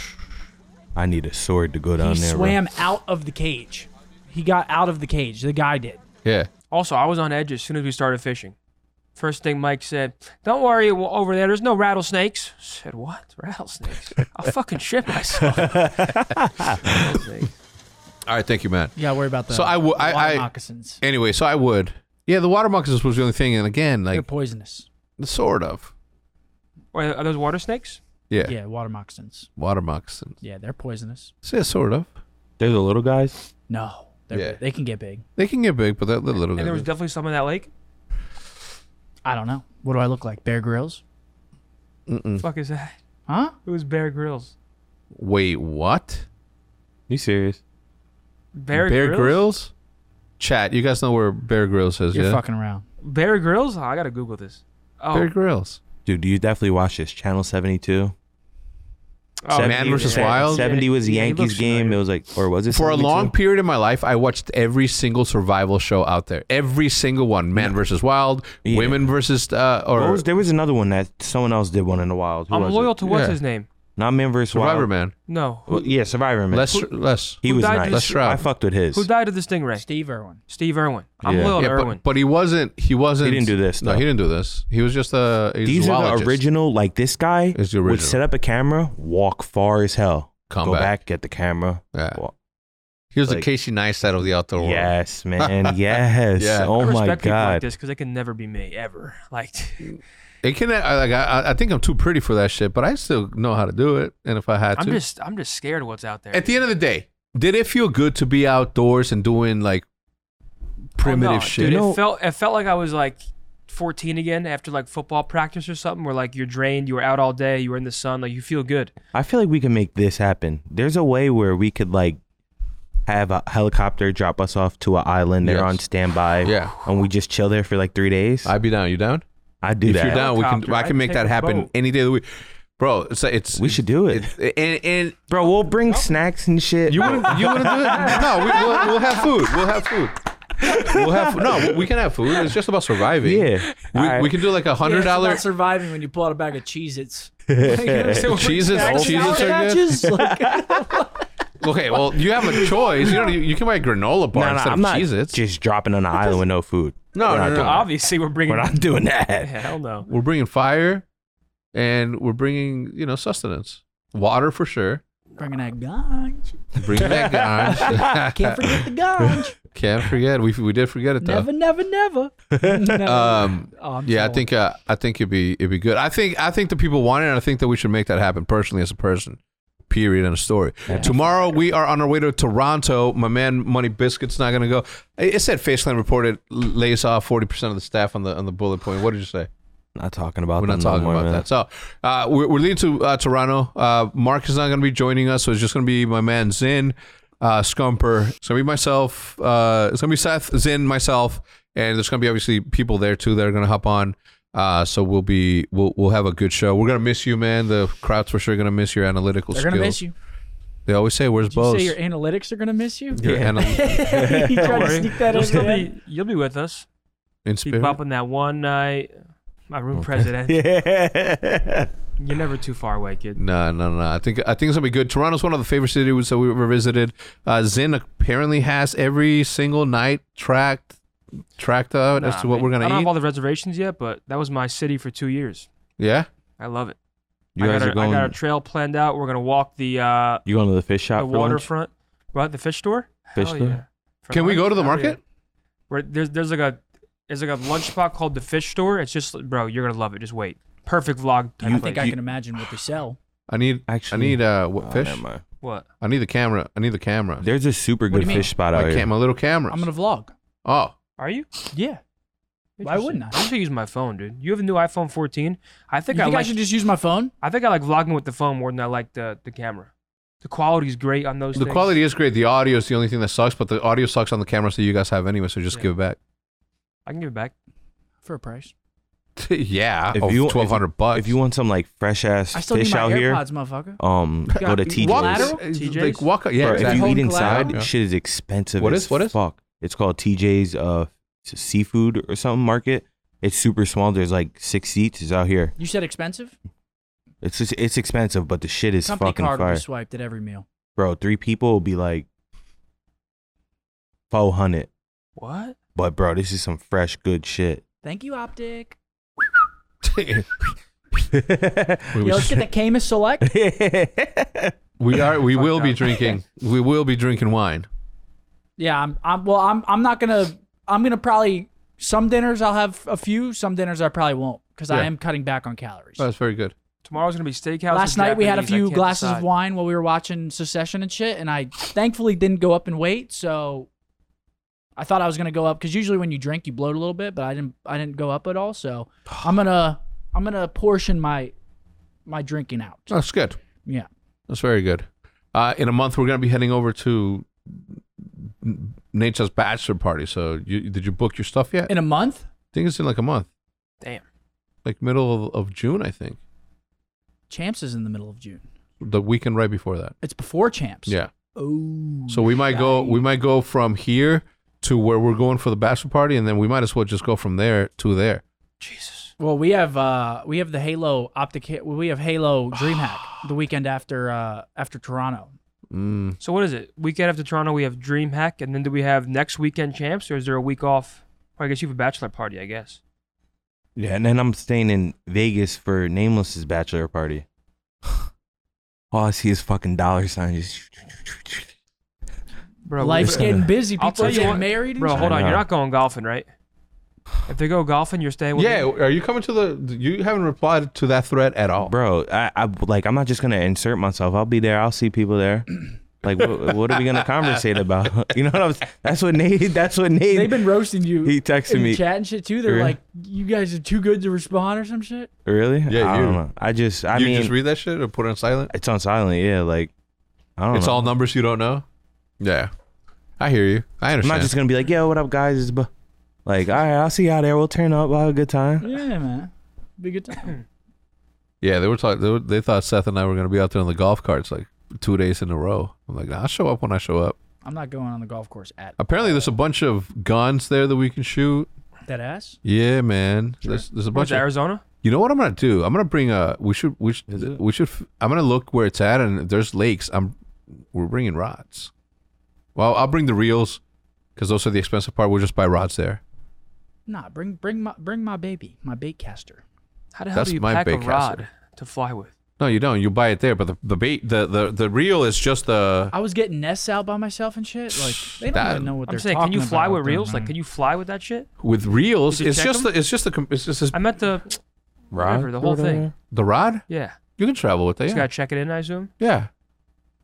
C: I need a sword to go down
A: He
C: there. bro.
A: swam out of the cage. He got out of the cage. The guy did.
D: Yeah.
B: Also, I was on edge as soon as we started fishing. First thing Mike said, "Don't worry, well, over there, there's no rattlesnakes." I said what? Rattlesnakes? I'll fucking shit myself. Rattlesnakes.
D: All right. Thank you, Matt.
A: You gotta worry about the.
D: So I wo- I-
A: water
D: I-
A: moccasins.
D: Anyway, so I would. Yeah, the water moccasins was the only thing, and again,
A: They're
D: like
A: poisonous.
D: Sort of.
B: Or are those water snakes?
D: Yeah.
A: Yeah, water moccasins.
D: Water moccasins.
A: Yeah, they're poisonous.
D: Say sort of.
C: There's the little guys.
A: No, they're,
D: Yeah.
A: they can get big.
D: They can get big, but they're they're little.
B: And there was
D: guys.
B: definitely some in that lake.
A: I don't know. What do I look like? Bear grills?
B: Fuck is that?
A: Huh?
B: It was Bear Grylls.
D: Wait, what?
C: You serious?
B: Bear,
D: Bear
B: Grylls?
D: Grylls? Chat, you guys know where Bear Grylls is,
A: You're
D: yeah?
A: fucking around.
B: Bear Grylls? Oh, I gotta Google this. Oh,
D: Bear Grylls.
C: Dude, you definitely watch this. Channel 72.
B: oh,
C: Seven-
D: Man
B: yeah,
D: versus
B: yeah,
D: Wild?
B: yeah,
C: 70 was the
B: yeah, he
C: Yankees
B: looks familiar.
C: game. It was like, or was it?
D: For a
C: 72?
D: long period of my life, I watched every single survival show out there. Every single one. Man versus Wild,
C: Yeah.
D: Women versus uh, or
C: What was- there was another one that someone else did one in the wild. Who
B: I'm
C: was
B: loyal
C: it?
B: to what's
D: Yeah.
B: his name?
C: Not Man vs. Wild.
D: Survivor Man.
B: No. Who,
C: Well, yeah, Survivor Man.
D: Less less.
C: he
B: who
C: was
B: died
C: nice.
B: this-
D: Les Stroud.
C: I fucked with his.
B: who died of the stingray?
A: Steve Irwin.
B: Steve Irwin. I'm
C: Yeah.
B: loyal
D: Yeah,
B: to Irwin.
D: but, but he wasn't he wasn't
C: He didn't do this,
D: No,
C: though.
D: he didn't do this. He was just a he's
C: These
D: a
C: are the
D: zoologist.
C: original. Like this guy
D: It's the
C: would
D: original.
C: set up a camera, walk far as hell,
D: Come
C: go
D: back.
C: back. get the camera.
D: Yeah.
C: walk-
D: He was the
C: like-
D: Casey Neistat of the outdoor world.
C: Yes, man. Yes.
D: Yeah.
C: Oh
B: I
C: my
B: respect people like
C: god.
B: this because they can never be me ever. Like,
D: It can. I, like, I, I think I'm too pretty for that shit, but I still know how to do it. And if I had
B: I'm
D: to,
B: just, I'm just scared of what's out there.
D: at the end of the day, did it feel good to be outdoors and doing like primitive
B: Oh, no,
D: shit?
B: Dude,
C: You know-
B: it felt it felt like I was like 14 again after like football practice or something where like you're drained, you were out all day, you were in the sun, like you feel good.
C: I feel like we can make this happen. There's a way where we could like have a helicopter drop us off to an island. They're
D: Yes.
C: on standby.
D: Yeah.
C: And we just chill there for like three days. I,
D: I'd be down. You down?
C: do
D: if
C: that.
D: you're down, we can.
B: Helicopter,
D: I
B: I'd
D: can make
B: take
D: that
B: a
D: happen
B: boat.
D: any day of the week, bro. It's it's.
C: we should do it,
D: it- and, and
C: bro. We'll bring snacks and shit.
D: you wouldn't you wouldn't do it? No, we, we'll, we'll have food. We'll have food. We'll have no. We can have food. It's just about surviving.
C: Yeah.
D: we,
C: Alright.
D: we can do like a hundred dollar.
A: surviving when you pull out a bag of Cheez Its.
D: Cheez-Its- Cheez-Its are good? Okay, well you have a choice. You don't. You, you can buy granola
C: No,
D: bars
C: no,
D: instead
C: I'm
D: of
C: not
D: Cheez-Its.
C: just dropping on an island with no food.
D: No,
C: We're
D: no,
C: not
D: no,
C: doing-
D: no.
B: Obviously, we're bringing.
C: We're not doing that.
B: hell no.
D: we're bringing fire and we're bringing you know sustenance water for sure
A: Bringing that ganj.
D: bring that ganj
A: Can't forget the ganj.
D: can't forget we, we did forget it though
A: never, never, never. Never.
D: um
A: Oh, I'm
D: yeah i
A: trolling.
D: think uh, i think it'd be it'd be good i think i think the people want it and i think that we should make that happen personally as a person period and a story tomorrow we are on our way to toronto my man money biscuit's not gonna go it it said faceland reported l- lays off 40% of the staff on the on the bullet point what did you say
C: Not talking about
D: We're
C: them
D: not talking
C: no more,
D: about
C: man.
D: that. So uh, we're, we're leading to uh, Toronto. Uh, Mark is not going to be joining us, so it's just going to be my man Zin, uh, Scumper. It's going to be myself. Uh, it's going to be Seth, Zin, myself, and there's going to be obviously people there too that are going to hop on. Uh, so we'll be we'll we'll have a good show. We're gonna miss you, man. The crowd's for sure gonna miss your analytical
A: they're
D: skills.
A: gonna miss you.
D: They always say, "Where's
A: Did you
D: Bose?"
A: say your analytics are gonna miss you?
D: Your anal-
A: he tried to
B: worry.
A: sneak that
B: You'll
A: in.
B: still
A: there.
B: be, you'll be with us.
D: in
B: Be
D: spirit.
B: bopping that one night. My room president.
C: Yeah.
B: You're never too far away, kid.
D: No, no, no. I think I think it's gonna be good. Toronto's one of the favorite cities that we ever visited. Uh, Zin apparently has every single night tracked tracked out as
B: Nah,
D: to what
B: man.
D: we're
B: I don't
D: gonna eat.
B: have all the reservations yet, but that was my city for two years.
D: yeah,
B: I love it.
C: You
B: I,
C: guys
B: got
C: are
B: our, I got our
C: going.
B: trail planned out. We're gonna walk the uh,
C: You going to the fish shop
B: the
C: for lunch?
B: waterfront, right? The fish store.
C: Fish
B: Hell
C: store?
B: yeah. For
D: Can we
B: lunch?
D: go to the
B: Hell
D: market?
B: yeah. Where there's there's like a there's like a lunch spot called the fish store. It's just bro, you're gonna love it. Just wait. Perfect vlog. Type
A: I
B: place.
A: think I can imagine what they sell.
D: I need
C: Actually-
D: I need uh what
C: Oh,
D: fish?
C: never mind.
B: what?
D: I need the camera. I need the camera.
C: There's a super
A: What do
C: good
A: you mean?
C: fish spot out
D: my,
C: here.
D: cam- my little camera.
A: I'm gonna vlog.
D: oh,
B: Are you?
A: Yeah. Why wouldn't I?
B: I'm just using my phone, dude. You have a new iPhone 14. I think
A: you
B: I
A: think I
B: like.
A: should just use my phone?
B: I think I like vlogging with the phone more than I like the the camera. The quality's great on those.
D: the
B: things.
D: quality is great. The audio is the only thing that sucks, but the audio sucks on the cameras that you guys have anyway. So just
B: Yeah.
D: give it back.
B: I can give it back.
A: For a price.
D: yeah,
C: If
D: of
C: you- if-
D: twelve hundred bucks.
C: If you want some like fresh ass
A: I still
C: fish
A: need my
C: out here,
A: AirPods, motherfucker.
C: um, go to
A: gotta be
C: TJ's.
D: walk,
A: Lateral?
D: like
B: TJ's?
D: walk. Yeah,
C: Bro,
D: exactly.
C: If you
A: Home
C: eat inside,
A: collateral?
D: Yeah.
C: shit is expensive.
D: What
C: as
D: is- what is?
C: Fuck. It's called TJ's uh s- seafood or something market. It's super small. There's like six seats. It's out here.
A: You said expensive?
C: It's just, it's expensive, but the shit is
A: Company
C: fucking
A: card will
C: fire,
A: be swiped at every meal.
C: bro. Three people will be like four hundred.
B: What?
C: But bro, this is some fresh good shit.
A: Thank you, Optic.
D: We
A: Yo, let's get the Camus Select.
D: We are. We will be
B: up.
D: drinking. We will be drinking wine.
A: Yeah, I'm, I'm well I'm I'm not gonna I'm gonna probably some dinners I'll have a few, some dinners I probably won't. because
D: Yeah.
A: I am cutting back on calories.
D: Oh, that's very good.
B: Tomorrow's gonna be steakhouse.
A: Last
B: and
A: night we had a
B: Japanese. I
A: few
B: can't
A: glasses of
B: decide.
A: wine while we were watching Secession and shit, and I thankfully didn't go up in weight. So I thought I was gonna go up because usually when you drink you bloat a little bit, but I didn't. I didn't go up at all. So I'm gonna I'm gonna portion my my drinking out.
D: That's good.
A: Yeah.
D: That's very good. Uh, in a month, we're going to be heading over to Nate's bachelor party. So, you, did you book your stuff yet?
A: In a month,
D: I think it's in like a month,
B: Damn.
D: like middle of, of June, I think.
A: Champs is in the middle of June.
D: The weekend right before that.
A: It's before Champs.
D: Yeah.
A: Oh.
D: So we might go. We
A: shite.
D: might go from here to where we're going for the bachelor party, and then we might as well just go from there to there.
B: Jesus.
A: Well, we have uh we have the Halo optic. We have Halo DreamHack the weekend after uh after Toronto.
D: Mm.
B: So what is it? Weekend after Toronto, we have DreamHack, and then do we have next weekend champs, or is there a week off? Well, I guess you have a bachelor party. I guess.
C: Yeah, and then I'm staying in Vegas for Nameless's bachelor party. All I see is fucking dollar signs. Just
B: Bro,
A: Life's
C: we-
A: getting busy. People
B: I'll tell
A: are
B: you
A: getting
B: what-
A: married. and
B: Bro,
A: shit.
B: hold on.
C: I know.
B: You're not going golfing, right? If they go golfing, you're staying with
D: Yeah,
B: me.
D: are you coming to the? You haven't replied to that thread at
A: Oh.
D: all.
C: bro, I, I like I'm not just gonna insert myself. I'll be there. I'll see people there. Like, what, what are we gonna conversate about? You know what I'm? s- That's what Nate. That's what Nate.
A: They've been roasting you.
C: He texted
A: in
C: me.
A: chat and shit too. They're
C: Yeah.
A: like, "You guys are too good to respond" or some shit.
C: really?
D: Yeah,
C: I
D: you.
C: don't know. I just. I
D: you
C: mean,
D: just read that shit or put it on silent.
C: it's on silent. Yeah, like I don't
D: It's
C: know.
D: all numbers you don't know. Yeah, I hear you. I
C: I'm
D: understand.
C: not just gonna be like, yo, what up, guys? It's bu-" like, all right, I'll see y'all there. We'll turn up. We'll have a good time.
A: Yeah, man. Be a good time.
D: yeah, they were talking. They, were- they thought Seth and I were gonna be out there on the golf carts like two days in a row. I'm like, nah, I'll show up when I show up.
A: I'm not going on the golf course at
D: Apparently, there's a bunch of guns there that we can shoot.
A: that ass.
D: Yeah, man. There's, there's a
B: Where's
D: bunch of
B: Arizona?
D: You know what I'm gonna do? I'm gonna bring a. We should. We
C: Is
D: should.
C: it?
D: We should. f- I'm gonna look where it's at, and if there's lakes. I'm. We're bringing rods. Well, I'll bring the reels, because those are the expensive part. We'll just buy rods there.
A: Nah, bring bring my bring my baby, my bait caster.
B: How the hell
D: That's
B: do you
D: my
B: pack a
D: big
B: rod
D: hazard.
B: to fly with?
D: No, you don't. You buy it there, but the the bait the the the reel is just the.
A: I was getting nests out by myself and shit. Like they don't
D: That-
A: really know what
B: I'm
A: they're
B: saying,
A: talking
B: can you fly
A: about
B: with
A: out there,
B: reels? Like,
A: man.
B: can you fly with that shit?
D: With reels,
B: You should
D: it's
B: check
D: just,
B: 'em?
D: the, it's just the com- it's just this,
B: I meant the Whatever, the whole thing.
D: the rod.
B: yeah.
D: You can travel with it.
B: Just
D: Yeah.
B: gotta check it in. I assume.
D: yeah.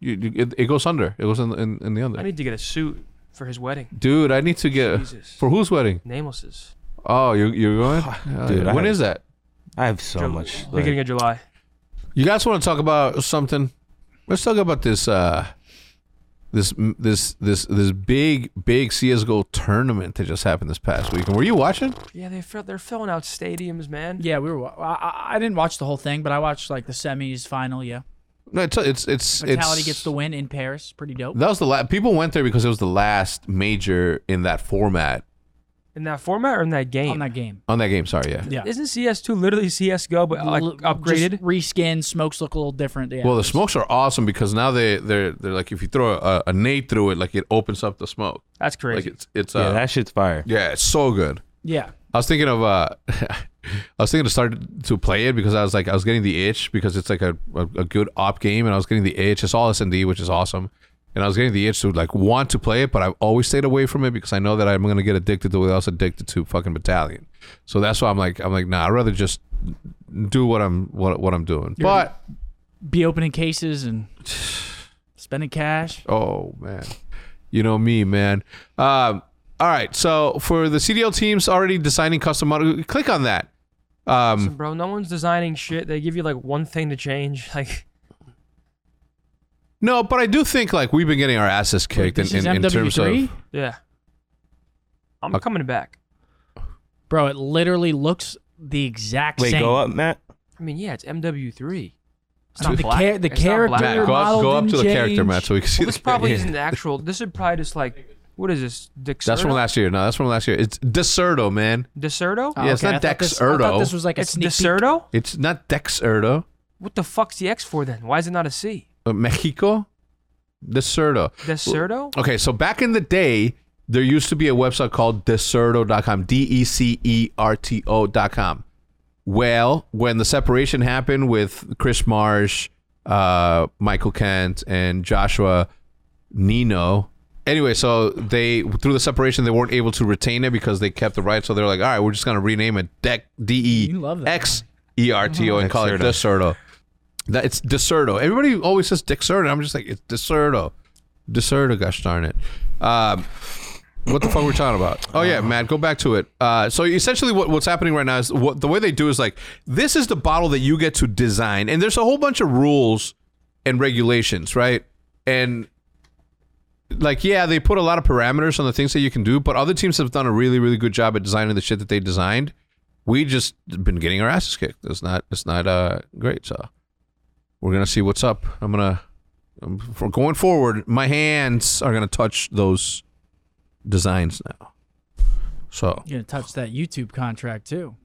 D: You, you, it, it goes under. It goes in in, in the
B: I
D: under.
B: need to get a suit for his wedding.
D: Dude, I need to get
B: Jesus.
D: for whose wedding?
B: Nameless's.
D: Oh, you you're going? Oh,
C: Dude,
D: yeah.
C: I
D: when
C: have-
D: is that?
C: I have so much. like-
B: Beginning of July.
D: You guys want to talk about something? Let's talk about this uh this this this this big big CS:GO tournament that just happened this past weekend. Were you watching?
B: Yeah, they fill, they're filling out stadiums, man.
A: Yeah, we were. wa- I, I- I didn't watch the whole thing, but I watched like the semis, final. Yeah,
D: No, it's it's it's,
A: Vitality
D: it's
A: gets the win in Paris. Pretty dope.
D: That was the last people went there because it was the last major in that format
B: In that format or in that game?
A: on that game.
D: on that game, sorry, yeah.
A: Yeah,
B: Isn't CS2 literally CS:GO but like
A: L-
B: upgraded?
A: just reskin. Smokes look a little different. Yeah.
D: Well, the smokes are awesome because now they they're they're like if you throw a, a nade through it, like it opens up the smoke.
B: That's
D: Like
B: crazy.
D: it's it's
C: yeah,
D: uh,
C: that shit's fire.
D: yeah, it's so good.
A: yeah.
D: I was thinking of uh, I was thinking to start to play it because I was like I was getting the itch because it's like a, a, a good op game and I was getting the itch. It's all S and D, which is awesome, and I was getting the itch to like want to play it, but I've always stayed away from it because I know that I'm gonna get addicted to what I was addicted to fucking Battalion. So that's why I'm like I'm like nah, I'd rather just do what I'm what what I'm doing. But
A: be opening cases and spending cash.
D: Oh man, you know me, man. Um, all right, so for the CDL teams already designing custom model, click on that. Um,
B: Listen, bro, no one's designing shit. They give you like one thing to change. Like
D: no, but I do think like we've been getting our asses kicked
A: This
D: in,
A: is
D: in, in terms
A: MW3?
D: of
B: yeah. I'm
D: Okay.
B: coming back.
A: Bro, it literally looks the exact
C: Wait,
A: same.
C: go up, Matt.
B: I mean, yeah, it's MW3. It's
A: Not the,
B: black.
A: char- the
B: It's not black.
A: character.
D: Matt. Go
A: model
D: up, go up to
A: didn't
D: the character,
A: change.
D: Matt, so we can see.
B: Well, this
D: the-
B: probably
D: yeah.
B: isn't the actual. This is probably just like what is this? Dixerto?
D: That's from last year. No, that's from last year. It's Deserto, man.
B: Deserto?
A: Oh,
D: Yeah, it's not
A: I thought this- I
D: Dexerto.
A: thought this was like a
B: it's
A: sneak peek.
B: Deserto.
D: It's not Dexerto,
B: What the fuck's the X for then? Why is it not a C?
D: but Mexico. Deserto.
B: Deserto?
D: Okay, so back in the day, there used to be a website called deserto.com, D E C E R T O.com. Well, when the separation happened with Chris Marsh, uh, Michael Kent, and Joshua Nino, Anyway, so they through the separation they weren't able to retain it because they kept the right. So they're like, all right, we're just gonna rename it Dec D
A: You love
D: E
A: that.
D: X E R T O and call it
C: Exerto.
D: Deserto. That it's Deserto. Everybody always says Dexerto. I'm just like it's Deserto, Deserto. Gosh darn it. Um, what the fuck we're talking about? Oh yeah, Matt, go back to it. Uh, so essentially, what, what's happening right now is what the way they do is like this is the bottle that you get to design, and there's a whole bunch of rules and regulations, right? And like, yeah, they put a lot of parameters on the things that you can do, but other teams have done a really, really good job at designing the shit that they designed. We just been getting our asses kicked. It's not, it's not uh, great. So we're gonna see what's up. I'm gonna, um, for going forward, my hands are gonna touch those designs now. So
A: You're gonna touch that YouTube contract too.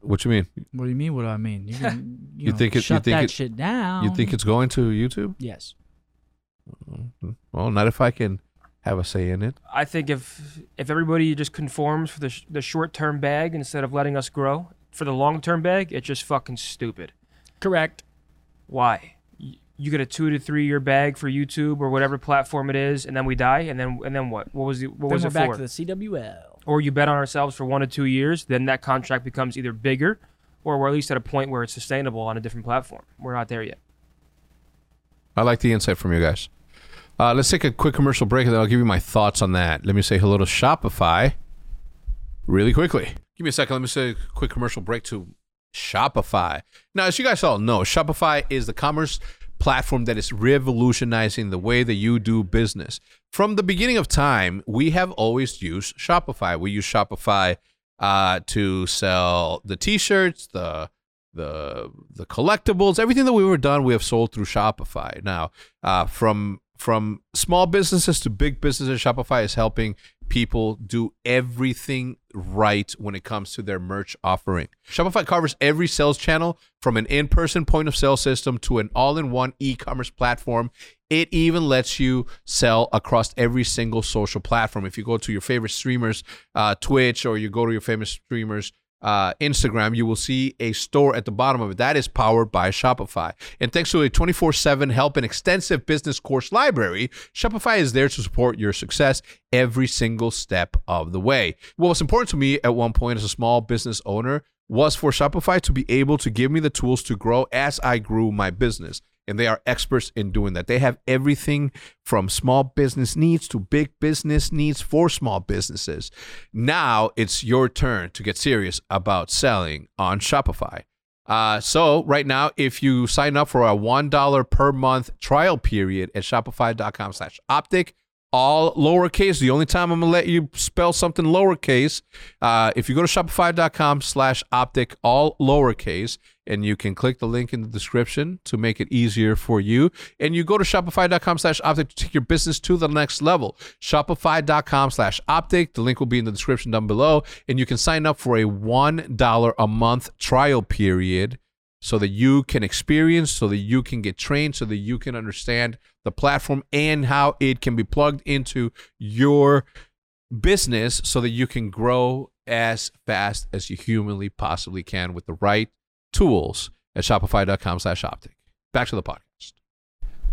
D: what you mean?
A: What do you mean? What do I mean? You're gonna, you
D: You
A: know,
D: think it- you
A: shut
D: think
A: that
D: it-
A: shit down?
D: You think it's going to YouTube?
A: Yes.
D: Well, not if I can have a say in it.
B: I think if if everybody just conforms for the sh- the short term bag instead of letting us grow for the long term bag, it's just fucking stupid.
A: Correct.
B: Why? Y- You get a two to three year bag for YouTube or whatever platform it is, and then we die, and then and then what? What was the
A: Then
B: what was
A: we're
B: it
A: back
B: for?
A: to the CWL.
B: Or you bet on ourselves for one to two years, then that contract becomes either bigger, or we're at least at a point where it's sustainable on a different platform. We're not there yet.
D: I like the insight from you guys. Uh, let's take a quick commercial break, and then I'll give you my thoughts on that. Let me say hello to Shopify really quickly. Give me a second. Let me say a quick commercial break to Shopify. Now, as you guys all know, Shopify is the commerce platform that is revolutionizing the way that you do business. From the beginning of time, we have always used Shopify. We use Shopify uh, to sell the T-shirts, the the the collectibles, everything that we've ever done, we have sold through Shopify. Now, uh, from from small businesses to big businesses, Shopify is helping people do everything right when it comes to their merch offering. Shopify covers every sales channel from an in-person point of sale system to an all-in-one e-commerce platform. It even lets you sell across every single social platform. If you go to your favorite streamers, uh, Twitch, or you go to your famous streamers, uh, Instagram, you will see a store at the bottom of it. That is powered by Shopify. And thanks to a 24 7 help and extensive business course library, Shopify is there to support your success every single step of the way. What was important to me at one point as a small business owner was for Shopify to be able to give me the tools to grow as I grew my business and they are experts in doing that. They have everything from small business needs to big business needs for small businesses. Now it's your turn to get serious about selling on Shopify. Uh, so right now, if you sign up for a one dollar per month trial period at Shopify.com/optic, all lowercase. The only time I'm gonna let you spell something lowercase, uh, if you go to shopify.com slash optic, all lowercase, and you can click the link in the description to make it easier for you. And you go to shopify.com slash optic to take your business to the next level. Shopify.com slash optic. The link will be in the description down below. And you can sign up for a $1 a month trial period so that you can experience, so that you can get trained, so that you can understand the platform and how it can be plugged into your business so that you can grow as fast as you humanly possibly can with the right tools at shopify.com slash optic. Back to the podcast.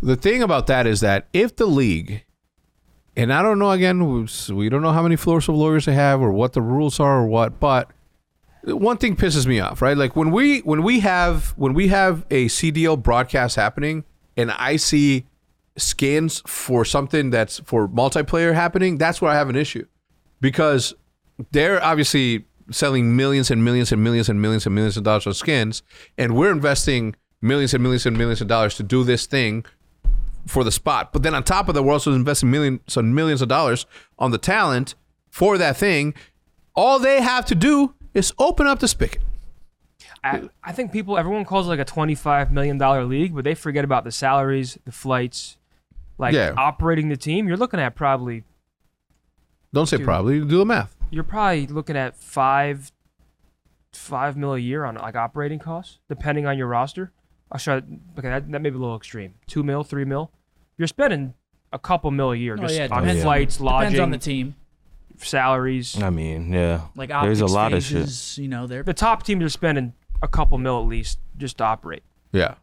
D: The thing about that is that if the league, and I don't know again, we don't know how many floors of lawyers they have or what the rules are or what, but one thing pisses me off, right? Like when we when we have when we have a CDL broadcast happening and I see skins for something that's for multiplayer happening, that's where I have an issue. Because they're obviously selling millions and millions and millions and millions and millions of dollars on skins, and we're investing millions and millions and millions of dollars to do this thing for the spot. But then on top of that, we're also investing millions and millions of dollars on the talent for that thing. All they have to do is open up the spigot.
B: I, I think people, everyone calls it like a $25 million league, but they forget about the salaries, the flights, like
D: Yeah.
B: operating the team. You're looking at probably,
D: Don't say
B: Dude.
D: probably. Do the math.
B: you're probably looking at five, five mil a year on like operating costs, depending on your roster. I should, okay, that, that may be a little extreme. Two mil, three mil. You're spending a couple mil a year
A: Oh,
B: just
A: yeah, it
B: on
A: depends-
B: flights,
A: Depends on the
B: lodging,
A: team.
B: salaries.
C: I mean, yeah.
A: Like
C: there's a
A: optics
C: lot of shit.
A: phases, You know, they're
B: The top teams are spending a couple mil at least just to operate.
D: Yeah.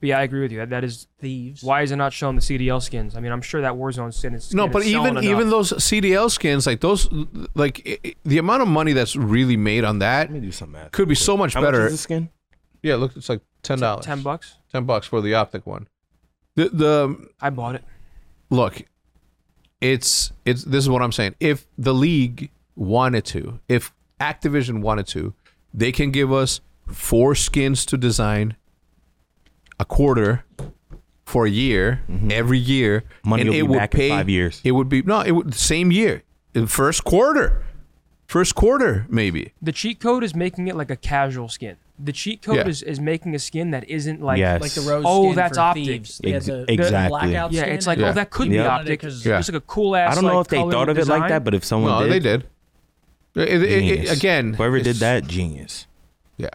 B: But yeah, I agree with you. That, that is
A: Thieves.
B: why is it not showing the CDL skins? I mean, I'm sure that Warzone skin is
D: No,
B: skin
D: but
B: is selling
D: even
B: enough.
D: even those CDL skins, like those, like i- i- the amount of money that's really made on that
C: Let me do some math.
D: could be so much
C: How much
D: better.
C: is this skin?
D: yeah, look, it's like ten dollars,
B: ten bucks.
D: ten bucks for the optic one. The the
B: I bought it.
D: look, it's it's this is what I'm saying. If the league wanted to, if Activision wanted to, they can give us four skins to design a quarter for a year every year
C: Mm-hmm. Money
D: and
C: will
D: it
C: be
D: would
C: back in
D: pay
C: five years.
D: it would be no it would same year in first quarter first quarter maybe
B: The cheat code is making it like a casual skin. The cheat code
D: Yeah.
B: is, is making a skin that isn't like
C: Yes.
A: Like the rose
B: Oh,
A: skin
B: that's
A: for
B: optic.
A: Thieves.
C: Ex-
A: yeah, the,
C: exactly.
A: The blackout
B: yeah,
A: skin.
B: it's like
D: Yeah.
B: oh that could
C: Yeah.
B: be optic.
A: Yeah.
B: Just like a cool ass.
C: I don't know
B: like,
C: if they
B: colored
C: thought of it like
B: design.
C: that, but if someone
D: no
C: did,
D: they did It- it- it-
C: genius.
D: again
C: whoever did
D: it's-
C: that, genius.
D: yeah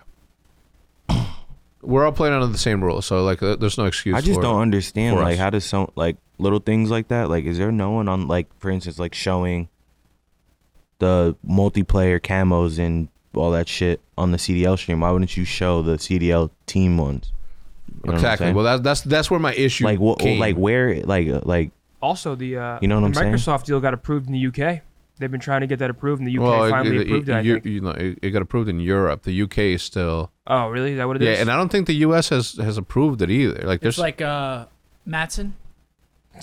D: we're all playing under the same rules so like uh, there's no excuse
C: I just
D: for
C: don't
D: it.
C: understand
D: for
C: like
D: us.
C: how does some like little things like that like is there no one on like for instance like showing the multiplayer camos and all that shit on the CDL stream? Why wouldn't you show the CDL team ones? You know what I'm
D: Exactly.
C: saying?
D: Well, that's that's that's where my issue
C: like what?
D: came.
C: Like where? Like uh, like
B: Also, the uh,
C: You know what
B: the
C: I'm saying?
B: Microsoft deal got approved in the UK. They've been trying to get that approved, and the UK
D: it-
B: finally
D: it,
B: approved it. I
D: you,
B: think.
D: you know, it, it got approved in Europe. The UK is still
B: Oh, really? Is that what it
D: yeah,
B: is?
D: and I don't think the US has has approved it either. Like
A: It's
D: there's
A: like uh, Matson.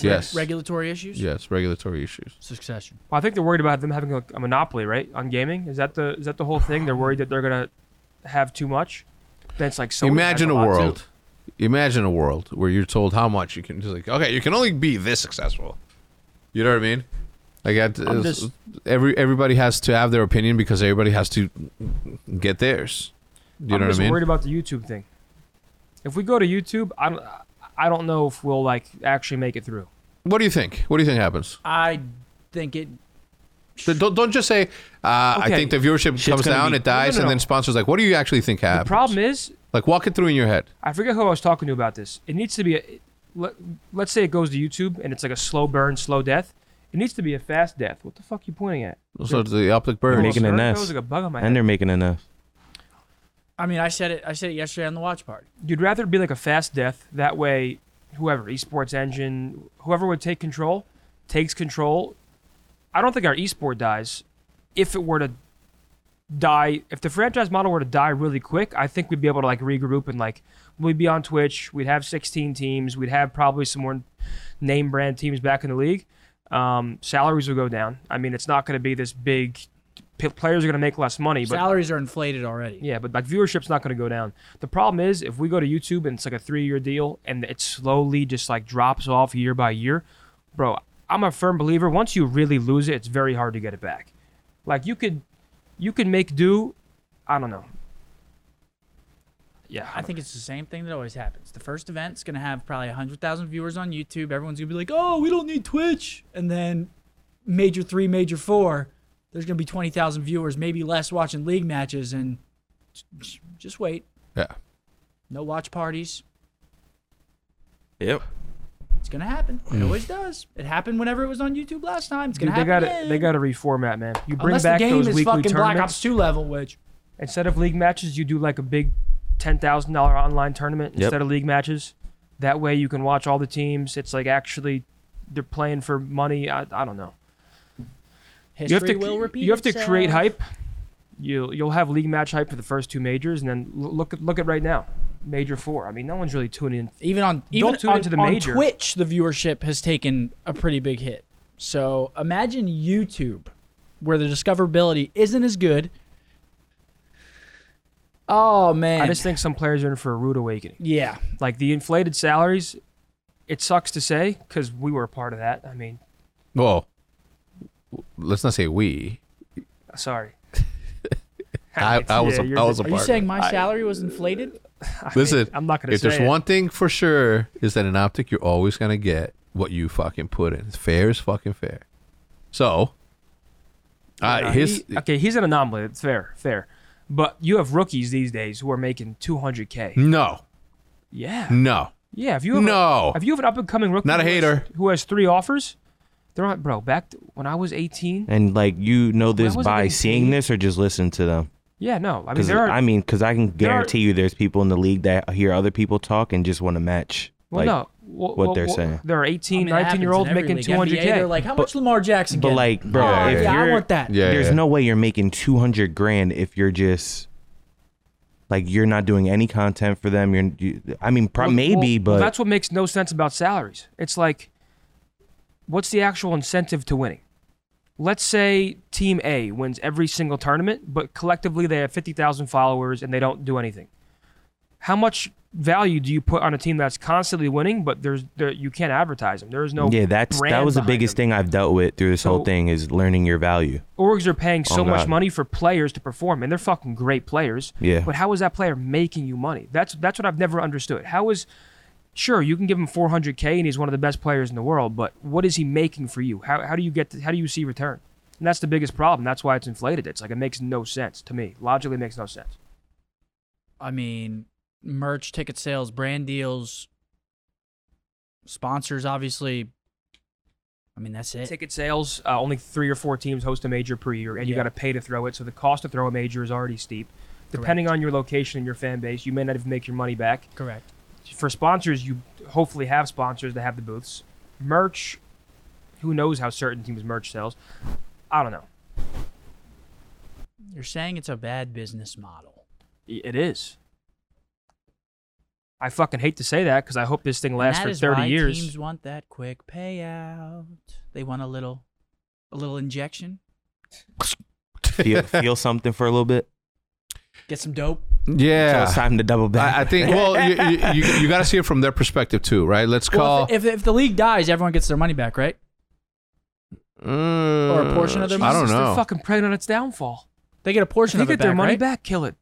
D: yes,
A: Regulatory issues.
D: yes, regulatory issues.
A: Succession.
B: Well, I think they're worried about them having a, a monopoly, right, on gaming. Is that the is that the whole thing? They're worried that they're gonna have too much. That's like so.
D: Imagine a world. Imagine a world where you're told how much you can just like okay, you can only be this successful. You know what I mean? Like that,
B: I'm
D: is-
B: just-
D: every everybody has to have their opinion because everybody has to get theirs. You
B: I'm
D: know
B: just
D: what I mean?
B: worried about the YouTube thing. If we go to YouTube, I don't I don't know if we'll like actually make it through.
D: What do you think? What do you think happens?
A: I think it.
D: Th- Don't, don't just say, uh, I
B: Okay.
D: think the viewership comes
C: gonna
D: down,
C: be-
D: it
B: No, no,
D: dies,
B: no,
D: and then
B: no.
D: sponsors like, what do you actually think
B: The
D: happens?
B: problem is,
D: like, walk it through in your head.
B: I forget who I was talking to about this. It needs to be a let, let's say it goes to YouTube and it's like a slow burn, slow death. It needs to be a fast death. What the fuck you pointing at?
D: So it's the optic
C: They're
D: bird.
C: making a
B: There
C: nest.
B: goes like a bug on my
C: and
B: head.
C: they're making enough.
A: I mean, I said it. I said it yesterday on the watch party.
B: You'd rather it be like a fast death. That way, whoever esports engine, whoever would take control, takes control. I don't think our esport dies. If it were to die, if the franchise model were to die really quick, I think we'd be able to like regroup and like we'd be on Twitch. We'd have 16 teams. We'd have probably some more name brand teams back in the league. Um, salaries will go down. I mean, it's not going to be this big. p- Players are going to make less money, but
A: Salaries are inflated already.
B: yeah, but like viewership's not going to go down. The problem is if we go to YouTube and it's like a three-year deal and it slowly just like drops off year by year, bro. I'm a firm believer. Once you really lose it, it's very hard to get it back. Like you could, you could make do. I don't know. Yeah,
A: I think it's the same thing that always happens. The first event's gonna have probably hundred thousand viewers on YouTube. Everyone's gonna be like, "Oh, we don't need Twitch." And then, major three, major four, there's gonna be twenty thousand viewers, maybe less watching league matches, and j- just wait.
D: Yeah.
A: No watch parties.
C: Yep.
A: It's gonna happen. It always does. It happened whenever it was on YouTube last time. It's gonna
B: Mm. Dude, they got
A: happen.
B: to
A: again.
B: they got to reformat, man. You bring
A: Unless
B: back
A: the game
B: those
A: is
B: weekly
A: fucking Black
B: tournaments
A: Ops Two level, which
B: instead of league matches. You do like a big ten thousand dollar online tournament
C: Yep.
B: instead of league matches. That way you can watch all the teams. It's like actually they're playing for money. I, I don't know.
A: history
B: You have to
A: will repeat.
B: you have to create
A: itself.
B: hype. You'll you'll have league match hype for the first two majors, and then l- look at look at right now, major four. I mean, no one's really tuning in.
A: even on even
B: tune
A: on,
B: into the
A: on
B: major.
A: Twitch, the viewership has taken a pretty big hit. So imagine YouTube, where the discoverability isn't as good. Oh man,
B: I just think some players are in for a rude awakening.
A: yeah,
B: Like the inflated salaries, it sucks to say because we were a part of that. I mean,
D: Well, let's not say we.
B: sorry.
D: I, I was
B: Yeah,
D: a,
B: you're
D: I was a
A: are
D: part.
A: you
D: of
A: saying
D: it.
A: my salary was inflated?
D: Listen,
B: I'm not gonna
D: If there's
B: say it.
D: one thing for sure is that in optic, you're always gonna get what you fucking put in. It's fair is fucking fair. So,
B: Uh,
D: uh, his
B: he- okay, he's an anomaly. It's fair, fair. But you have rookies these days who are making 200k.
D: no,
B: Yeah,
D: no,
B: yeah. If you have a-
D: no.
B: If you have an up and coming rookie,
D: Not a
B: who has-
D: hater.
B: who has three offers, they're not, bro. Back th- when I was 18,
C: And like you know this
B: wasn't
C: by
B: getting
C: seeing
B: paid.
C: this or just listen to them.
B: Yeah, no. I mean,
C: 'Cause
B: there are.
C: I mean, because I can
B: there are-
C: guarantee you, there's people in the league that hear other people talk and just want to match.
B: well,
C: like,
B: no. Well,
C: what
B: well,
C: they're
B: well,
C: saying.
B: There are 18,
A: mean, it
B: 19
A: happens
B: year
A: in
B: olds
A: every
B: making
A: league.
B: 200
A: NBA, they're
B: k.
A: like, how much Lamar Jackson?
C: But
A: get?
C: like, bro,
A: Oh,
C: if
A: yeah, I
C: you're
A: want that.
D: Yeah,
C: there's
D: yeah.
C: no way you're making 200 grand if you're just like you're not doing any content for them you're you, i mean pro-
B: Well,
C: maybe
B: well, well,
C: but
B: that's what makes no sense about salaries. It's like, what's the actual incentive to winning? Let's say Team A wins every single tournament, but collectively they have fifty thousand followers and they don't do anything. How much value do you put on a team that's constantly winning, but there's there, you can't advertise them? There is no
C: yeah that's that
B: brand
C: was the
B: behind
C: biggest
B: them.
C: thing i've dealt with through this
B: So-
C: whole thing is learning your value
B: orgs are paying so
C: Oh,
B: much
C: God.
B: money for players to perform, and they're fucking great players.
C: Yeah.
B: But how is that player making you money? That's that's what I've never understood. How is sure you can give him 400k and he's one of the best players in the world, but what is he making for you? How how do you get to, how do you see return? And that's the biggest problem. That's why it's inflated. It's like it makes no sense to me. Logically, it makes no sense.
A: I mean, merch, ticket sales, brand deals, sponsors, obviously. I mean, that's it.
B: Ticket sales, uh, only three or four teams host a major per year, and you
A: Yeah.
B: got to pay to throw it. So the cost to throw a major is already steep. Depending on your location and your fan base, you may not even make your money back.
A: Correct.
B: for sponsors, you hopefully have sponsors that have the booths. Merch, who knows how certain teams' merch sells? I don't know.
A: You're saying it's a bad business model.
B: It is. I fucking hate to say that because I hope this thing
A: And
B: lasts
A: that
B: for
A: is
B: 30
A: why
B: years.
A: Teams want that quick payout. They want a little, a little injection.
C: feel, feel something for a little bit
A: Get some dope.
C: so
D: Yeah.
C: it's time to double back
D: I, I think. Well, you, you, you, you got to see it from their perspective too, right? Let's call
A: Well, if, if if the league dies, everyone gets their money back, right?
D: Mm,
A: or a portion of their
D: I
A: money.
D: don't
B: They're
D: know.
B: fucking preying on its downfall.
A: They get a portion
B: If
A: of
B: they
A: it
B: get their
A: back,
B: money
A: right?
B: back, kill it.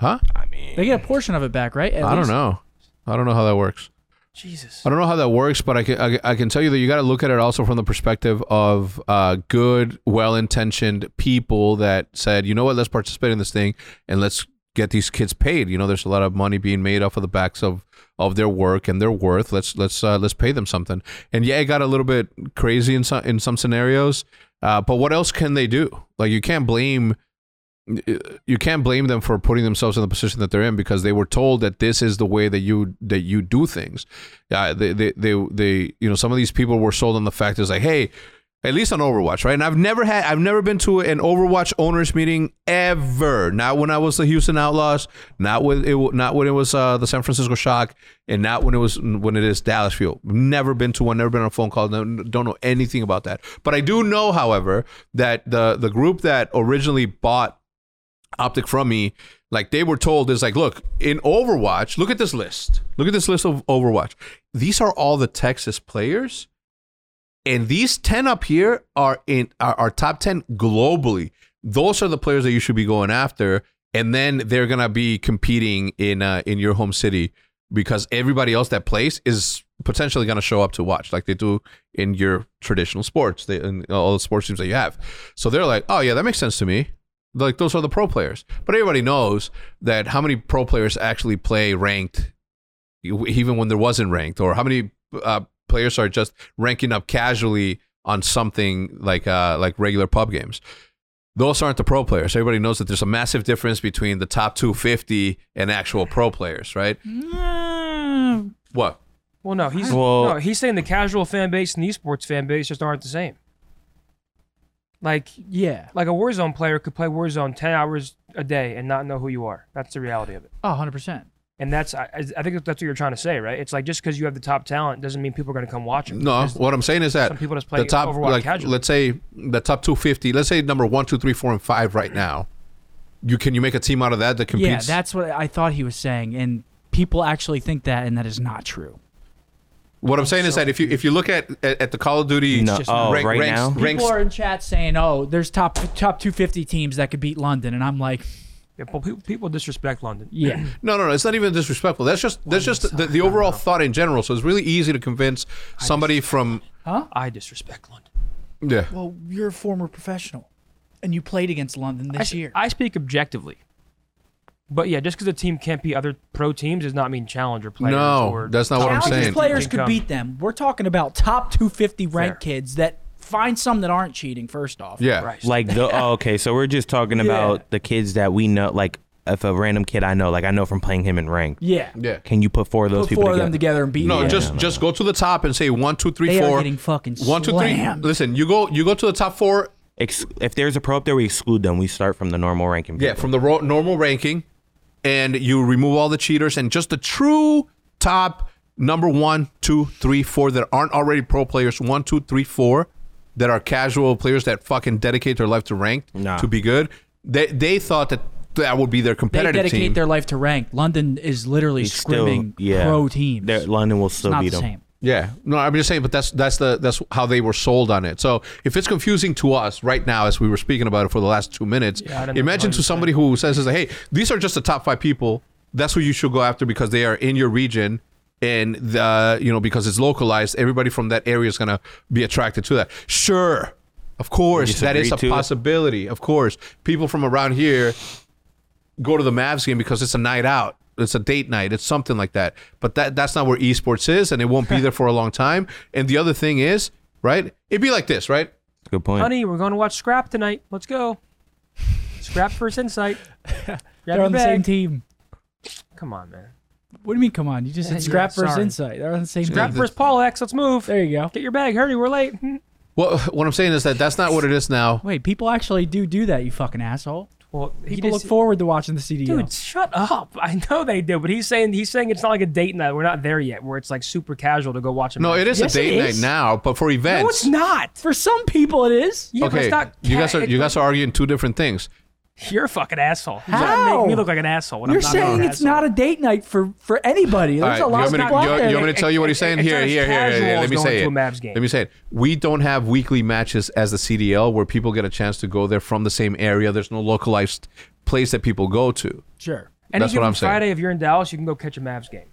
D: Huh?
C: I mean
A: They get a portion of it back, right? At
D: I don't
A: least.
D: know. I don't know how that works.
B: Jesus.
D: I don't know how that works, but I can I, I can tell you that you got to look at it also from the perspective of uh, good, well-intentioned people that said, you know what, let's participate in this thing and let's get these kids paid. You know, there's a lot of money being made off of the backs of of their work and their worth. Let's let's uh, let's pay them something. And yeah, it got a little bit crazy in some in some scenarios, uh, but what else can they do? Like you can't blame you can't blame them for putting themselves in the position that they're in because they were told that this is the way that you that you do things. Uh, they, they they they you know some of these people were sold on the fact it's like hey, at least on Overwatch right. And I've never had I've never been to an Overwatch owners meeting ever. Not when I was the Houston Outlaws. Not when it wa- not when it was uh, the San Francisco Shock, and not when it was when it is Dallas Fuel. Never been to one. Never been on a phone call. no- Don't know anything about that. But I do know, however, that the the group that originally bought optic from me like they were told is like look in overwatch look at this list look at this list of overwatch these are all the texas players and these 10 up here are in are, are top 10 globally those are the players that you should be going after and then they're gonna be competing in uh, in your home city because everybody else that plays is potentially gonna show up to watch like they do in your traditional sports they, in all the sports teams that you have so they're like oh yeah that makes sense to me like those are the pro players. But everybody knows that how many pro players actually play ranked, e, even when there wasn't ranked, or how many uh, players are just ranking up casually on something like uh, like regular pub games. Those aren't the pro players. Everybody knows that there's a massive difference between the top 250 and actual pro players, right?
A: Mm,
D: What?
B: Well, no, he's
C: Well-
B: no, he's saying the casual fan base and the esports fan base just aren't the same. Like
A: yeah.
B: like a Warzone player could play Warzone 10 hours a day and not know who you are. That's the reality of it.
A: Oh, 100%.
B: And that's I, I think that's what you're trying to say, right? It's like just because you have the top talent doesn't mean people are going to come watch it.
D: No, what I'm saying is that
B: Some people just play
D: the top,
B: Overwatch
D: like,
B: casually.
D: Let's say the top 250. Let's say number one, two, three, four, and five right now. You can you make a team out of that that
A: Yeah,
D: competes?
A: that's what I thought he was saying. And people actually think that, and that is not true.
D: What I'm, saying is that if you if you look at at, at the Call of Duty
C: No.
D: rank-
C: Oh, right
D: ranks,
C: now?
D: ranks
A: People are in chat saying, "Oh, there's top top 250 teams that could beat London," and I'm like,
B: Yeah, but people, people disrespect London.
A: "Yeah,
D: no no no it's not even disrespectful that's just that's just the, the overall thought in general so it's really easy to convince somebody from
B: I disrespect London.
D: yeah
A: well, you're a former professional, and you played against London
B: I, s- I speak objectively. But yeah, just because a team can't be other pro teams does not mean challenger players.
D: no
B: or
D: that's not what I'm
A: Challenges
D: saying
A: players
B: Can
A: could
B: come.
A: beat them. We're talking about top 250 ranked
B: Fair.
A: kids that find some that aren't cheating first off.
D: Yeah.
B: Christ.
C: Like the oh, okay, so we're just talking about the kids that we know. Like if a random kid I know, like I know from playing him in ranked,
A: Yeah.
D: Yeah.
C: can you put four of those
A: Put
C: people
A: four of
C: together?
A: them together and beat
D: No,
A: them.
D: just just go to the top and say one, two, three,
A: They are
D: four.
A: getting fucking
D: One, two, three.
A: slammed.
D: Listen, you go you go to the top four.
C: Ex- if there's a pro up there, we exclude them. We start from the normal ranking.
D: Yeah, from the ro- normal ranking, and you remove all the cheaters and just the true top number one, two, three, four that aren't already pro players. One, two, three, four that are casual players that fucking dedicate their life to ranked
C: Nah.
D: to be good. They they thought that that would be their
A: they
D: competitive
A: dedicate
D: team.
A: their life to rank. London is literally
C: It's still-
A: scrimming
C: yeah.
A: pro teams.
C: There- London will still
A: not
C: beat
A: the
C: them.
A: same.
D: Yeah, no, I'm just saying, but that's that's the that's how they were sold on it. So if it's confusing to us right now, as we were speaking about it for the last two minutes,
B: Yeah, I don't know
D: imagine
B: what
D: to
B: you're
D: somebody who says, is, "Hey, these are just the top five people. That's who you should go after because they are in your region, and the you know because it's localized, everybody from that area is gonna be attracted to that." Sure, of course, that is a
C: disagree, too?
D: possibility. Of course, people from around here go to the Mavs game because it's a night out. It's a date night. It's something like that. But that that's not where esports is, and it won't be there for a long time. And the other thing is, right? It'd be like this, right?
C: Good point.
B: Honey, we're going to watch Scrap tonight. Let's go. Scrap first insight. Grab
A: They're
B: your
A: on the same
B: bag.
A: team.
B: Come on, man.
A: What do you mean? Come on, you just
B: Yeah,
A: said scrap
B: yeah,
A: versus
B: sorry.
A: insight. They're on the same
D: Scrap
A: team.
D: ver-
B: First Paul X, let's move.
A: There you go.
B: Get your bag, hurry, we're late. Hmm.
D: Well, what I'm saying is that that's not what it is now.
A: Wait, people actually do do that. You fucking asshole.
B: Well, he
A: People
B: just,
A: look forward to watching the CDL.
B: Dude, shut up. I know they do, but he's saying he's saying it's not like a date night. We're not there yet, where it's like super casual to go watch a
D: No,
B: match.
D: it is
A: Yes,
D: a
A: it
D: date
A: is.
D: night now, but for events.
B: No, it's not.
A: For some people, it is.
B: Yeah, but
D: okay,
B: it's not
D: you guys are
B: ca-
D: you guys are arguing two different things.
B: You're a fucking asshole. You're trying to
A: How?
B: make me look like an asshole. When
A: You're
B: I'm not
A: saying
B: an
A: it's
B: asshole.
A: not a date night for for anybody. There's a
D: All
A: lot
D: right,
A: of
D: you
A: people
D: want me to,
A: out
D: you,
A: there.
D: you want me to tell you what he's saying?
B: It's
D: Here,
B: not as
D: here, here, here, here.
B: casual
D: Let
B: as
D: me
B: going
D: say
B: to
D: it.
B: a Mavs game.
D: Let me say it. We don't have weekly matches as the CDL where people get a chance to go there from the same area. There's no localized place that people go to.
A: Sure.
B: Any
D: That's what
B: given
D: I'm saying.
B: Friday, if you're in Dallas, you can go catch a Mavs game.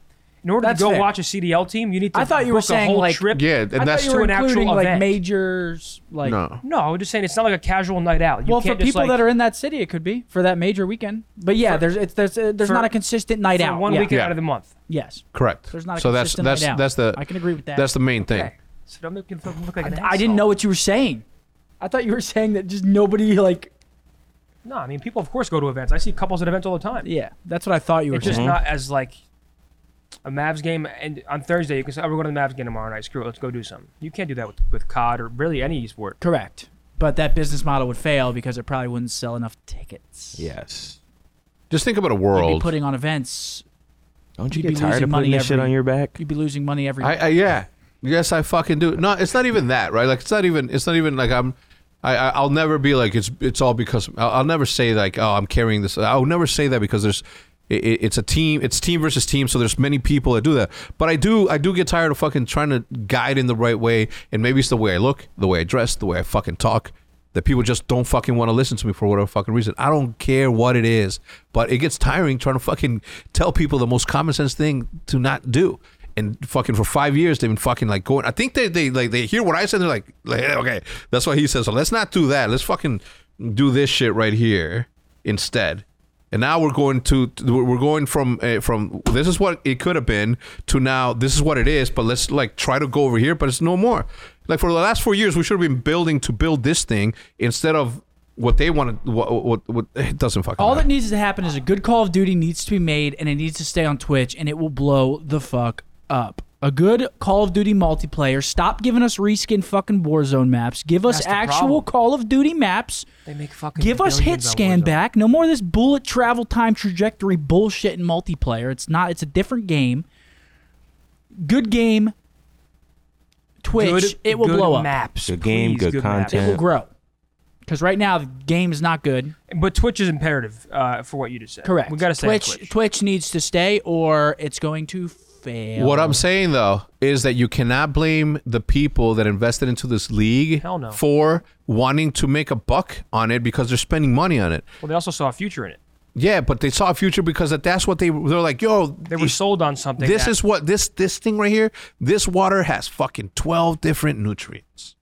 B: In order
A: That's
B: to go
A: fair.
B: watch a CDL team, you need to.
A: I thought you were
B: book a
A: saying,
B: whole
A: like-
B: trip.
D: Yeah, and
A: I
D: that's
A: thought you were
B: to an actual
A: including like
B: event.
A: majors, like
D: no.
B: No, I'm just saying it's not like a casual night out. You
A: well, for
B: can't
A: people
B: just, like,
A: that are in that city, it could be for that major weekend. But yeah, there's it's, there's uh, there's
B: for-
A: not a consistent night
B: for
A: out.
B: one
A: yeah.
B: weekend
D: Yeah.
B: out of the month.
A: Yes.
D: Correct.
A: There's not a
D: so that's
A: consistent
D: that's
A: night out.
D: that's the
A: I can agree with that.
D: That's the main thing.
B: Okay. So don't make me look look like an
A: I didn't
B: asshole.
A: know what you were saying. I thought you were saying that just nobody like
B: No, I mean people of course go to events. I see couples at events all the time.
A: yeah. That's what I thought you were
B: It's just
D: Mm-hmm.
A: saying.
B: not as like a Mavs game and on Thursday you can say, Oh, we're going to the Mavs game tomorrow night. Screw it, let's go do something. You can't do that with, with COD or really any esport.
A: Correct. But that business model would fail because it probably wouldn't sell enough tickets.
C: yes.
D: Just think about a
A: You'd be
D: world.
A: putting on events.
C: Don't you
A: You'd
C: get
A: be
C: tired
A: losing
C: of
A: money
C: putting this shit
A: every-
C: on your back?
A: You'd be losing money every.
D: I, I yeah. Yes, I fucking do. No, it's not even that, right? Like it's not even it's not even like I'm I I- I'll never be like it's it's all because I'll, I'll never say like oh I'm carrying this. I'll never say that because there's it, it- it's a team. It's team versus team. So there's many people that do that. But I do I do get tired of fucking trying to guide in the right way. And maybe it's the way I look, the way I dress, the way I fucking talk. That people just don't fucking want to listen to me for whatever fucking reason. I don't care what it is, but it gets tiring trying to fucking tell people the most common sense thing to not do and fucking for five years they've been fucking like going. I think they they like they hear what I said. They're like, like "Yeah, okay, that's what he said. So let's not do that. Let's fucking do this shit right here instead. And now we're going to to- we're going from uh, from this is what it could have been to now this is what it is. But let's like try to go over here, but it's no more. Like for the last four years, we should have been building to build this thing instead of what they wanted. What what, what eh, it doesn't fucking
A: All that
D: matter.
A: needs to happen is a good Call of Duty needs to be made, and it needs to stay on Twitch, and it will blow the fuck up. A good Call of Duty multiplayer. Stop giving us reskin fucking Warzone maps. Give us
B: That's the
A: actual
B: problem.
A: Call of Duty maps.
B: They make fucking
A: Give us hit
B: billions on
A: scan
B: Warzone.
A: back. No more of this bullet travel time trajectory bullshit in multiplayer. It's not. It's a different game. Good game. Twitch.
B: Good-
A: it will
B: good
A: blow up.
B: Maps,
C: Good game,
B: please,
C: good
B: maps.
A: It
C: content.
A: will grow. Because right now the game is not good.
B: But Twitch is imperative uh, for what you just said.
A: Correct.
B: We got to say
A: Twitch,
B: Twitch.
A: needs to stay, or it's going to fail.
D: What I'm saying though is that you cannot blame the people that invested into this league
B: Hell no.
D: for wanting to make a buck on it because they're spending money on it.
B: Well, they also saw a future in it.
D: Yeah, but they saw a future because that that's what they they're like, yo,
B: They were sold on something.
D: this
B: that-
D: is what this this thing right here, this water has fucking 12 different nutrients.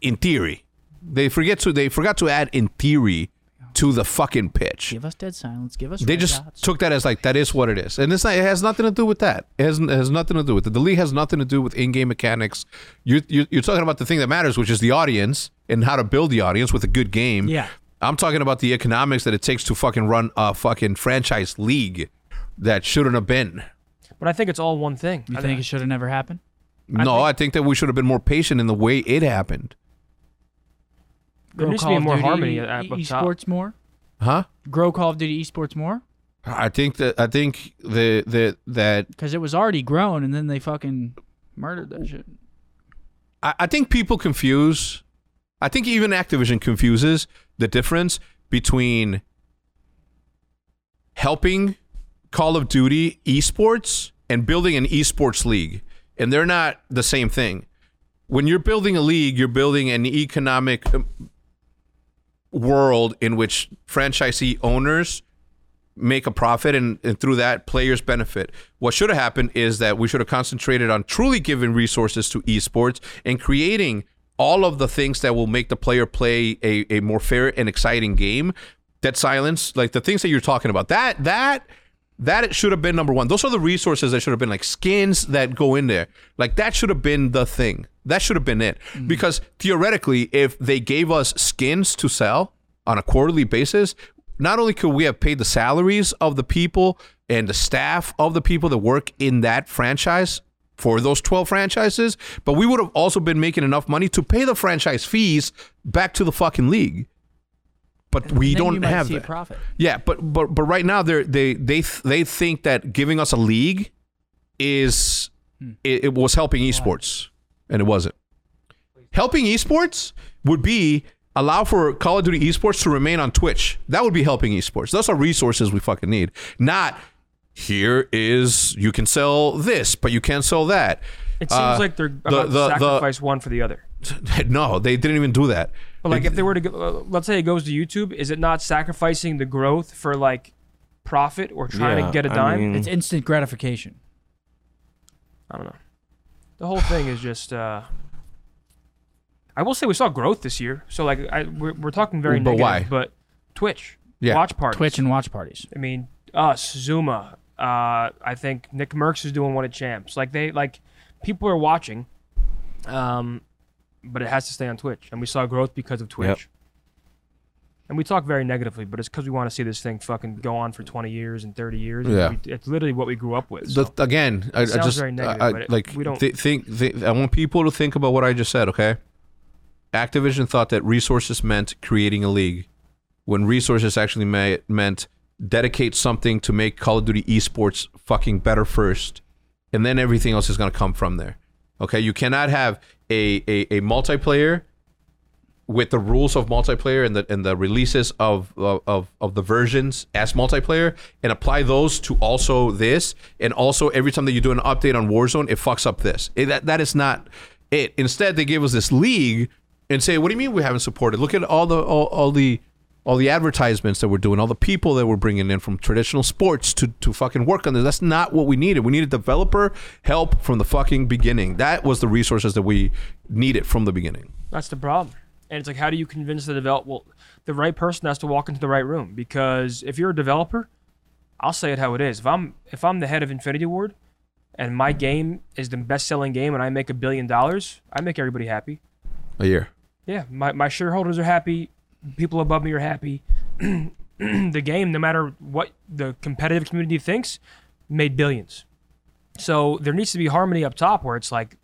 D: In theory. They forget to they forgot to add in theory to to the fucking pitch.
A: Give us dead silence. Give us.
D: They
A: red
D: just
A: dots.
D: took that as like that is what it is, and it's not. It has nothing to do with that. It has, it has nothing to do with it. The league has nothing to do with in-game mechanics. You're, you're you're talking about the thing that matters, which is the audience and how to build the audience with a good game.
A: Yeah.
D: I'm talking about the economics that it takes to fucking run a fucking franchise league that shouldn't have been.
B: But I think it's all one thing.
A: You
B: I-
A: think it should have never happened?
D: no, I think that we should have been more patient in the way it happened.
B: There
A: Grow
B: needs to
A: Call
B: be
A: of
B: more
A: Duty
B: harmony
A: e-
B: at- up
A: e-
B: top.
A: esports more.
D: Huh?
A: Grow Call of Duty esports more
D: I think that I think the the that
A: because it was already grown, and then they fucking murdered that shit.
D: I, I think people confuse. I think even Activision confuses the difference between helping Call of Duty esports and building an esports league, and they're not the same thing. When you're building a league, you're building an economic um, world in which franchisee owners make a profit and, and through that players benefit what should have happened is that we should have concentrated on truly giving resources to esports and creating all of the things that will make the player play a, a more fair and exciting game that silence like the things that you're talking about that that that it should have been number one those are the resources that should have been like skins that go in there like that should have been the thing that should have been it
A: Mm.
D: because theoretically if they gave us skins to sell on a quarterly basis not only could we have paid the salaries of the people and the staff of the people that work in that franchise for those 12 franchises, but we would have also been making enough money to pay the franchise fees back to the fucking league. But we
A: Then
D: don't
A: you might
D: have
A: see a
D: that.
A: profit.
D: Yeah, but but but right now they they they th- they think that giving us a league is
B: Hmm.
D: it, it was helping esports, and it wasn't. Helping esports would be allow for Call of Duty esports to remain on Twitch. That would be helping esports. Those are resources we fucking need. Not here is you can sell this, but you can't sell that.
B: It seems
D: Uh,
B: like they're
D: the-
B: about to
D: the- the-
B: sacrifice one for the other.
D: no, they didn't even do that.
B: But like, if they were to, go, uh, let's say it goes to YouTube, is it not sacrificing the growth for like profit or trying
C: Yeah,
B: to get a
C: I
B: dime?
D: Hmm.
C: mean-
A: It's instant gratification.
B: I don't know. The whole thing is just. Uh, I will say we saw growth this year. So like, I we're, we're talking very
D: But
B: negative,
D: why?
B: but Twitch,
D: Yeah.
B: watch parties,
A: Twitch and watch parties.
B: I mean, us, Zuma. Uh, I think Nick Merckx is doing one at Champs. Like they like people are watching, um, but it has to stay on Twitch, and we saw growth because of Twitch. And we talk very negatively, but it's because we want to see this thing fucking go on for 20 years and 30 years. and
D: Yeah.
B: we- it's literally what we grew up with. so.
D: the, again, I, I
B: sounds
D: just
B: very negative,
D: I, I-
B: but it-
D: like
B: we don't-
D: thi- think. thi- I want people to think about what I just said. Okay, Activision thought that resources meant creating a league, when resources actually ma- meant dedicate something to make Call of Duty esports fucking better first, and then everything else is gonna come from there. Okay, you cannot have a a, a multiplayer with the rules of multiplayer and the and the releases of of of the versions as multiplayer and apply those to also this and also every time that you do an update on Warzone it fucks up this It- that that is not it instead they gave us this league and say what do you mean we haven't supported look at all the all, all the all the advertisements that we're doing, all the people that we're bringing in from traditional sports to, to fucking work on this. That's not what we needed. We needed developer help from the fucking beginning. That was the resources that we needed from the beginning.
B: That's the problem. And it's like, how do you convince the develop? Well, the right person has to walk into the right room because if you're a developer, I'll say it how it is. If I'm if I'm the head of Infinity Ward, and my game is the best-selling game, and I make a billion dollars, I make everybody happy.
D: A year.
B: Yeah, my, my shareholders are happy. People above me are happy. the game, no matter what the competitive community thinks, made billions. So there needs to be harmony up top where it's like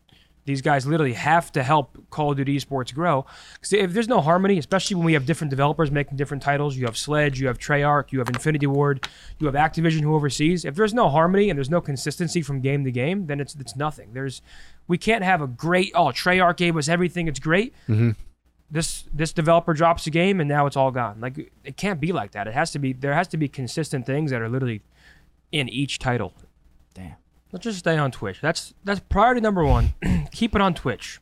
B: these guys literally have to help Call of Duty esports grow. Because if there's no harmony, especially when we have different developers making different titles, you have Sledge, you have Treyarch, you have Infinity Ward, you have Activision who oversees. If there's no harmony and there's no consistency from game to game, then it's it's nothing. There's we can't have a great oh Treyarch gave us everything, it's great this this developer drops a game and now it's all gone. Like it can't be like that. It has to be there has to be consistent things that are literally in each title.
A: Damn.
B: Let's just stay on Twitch. That's that's priority number one. Keep it on Twitch.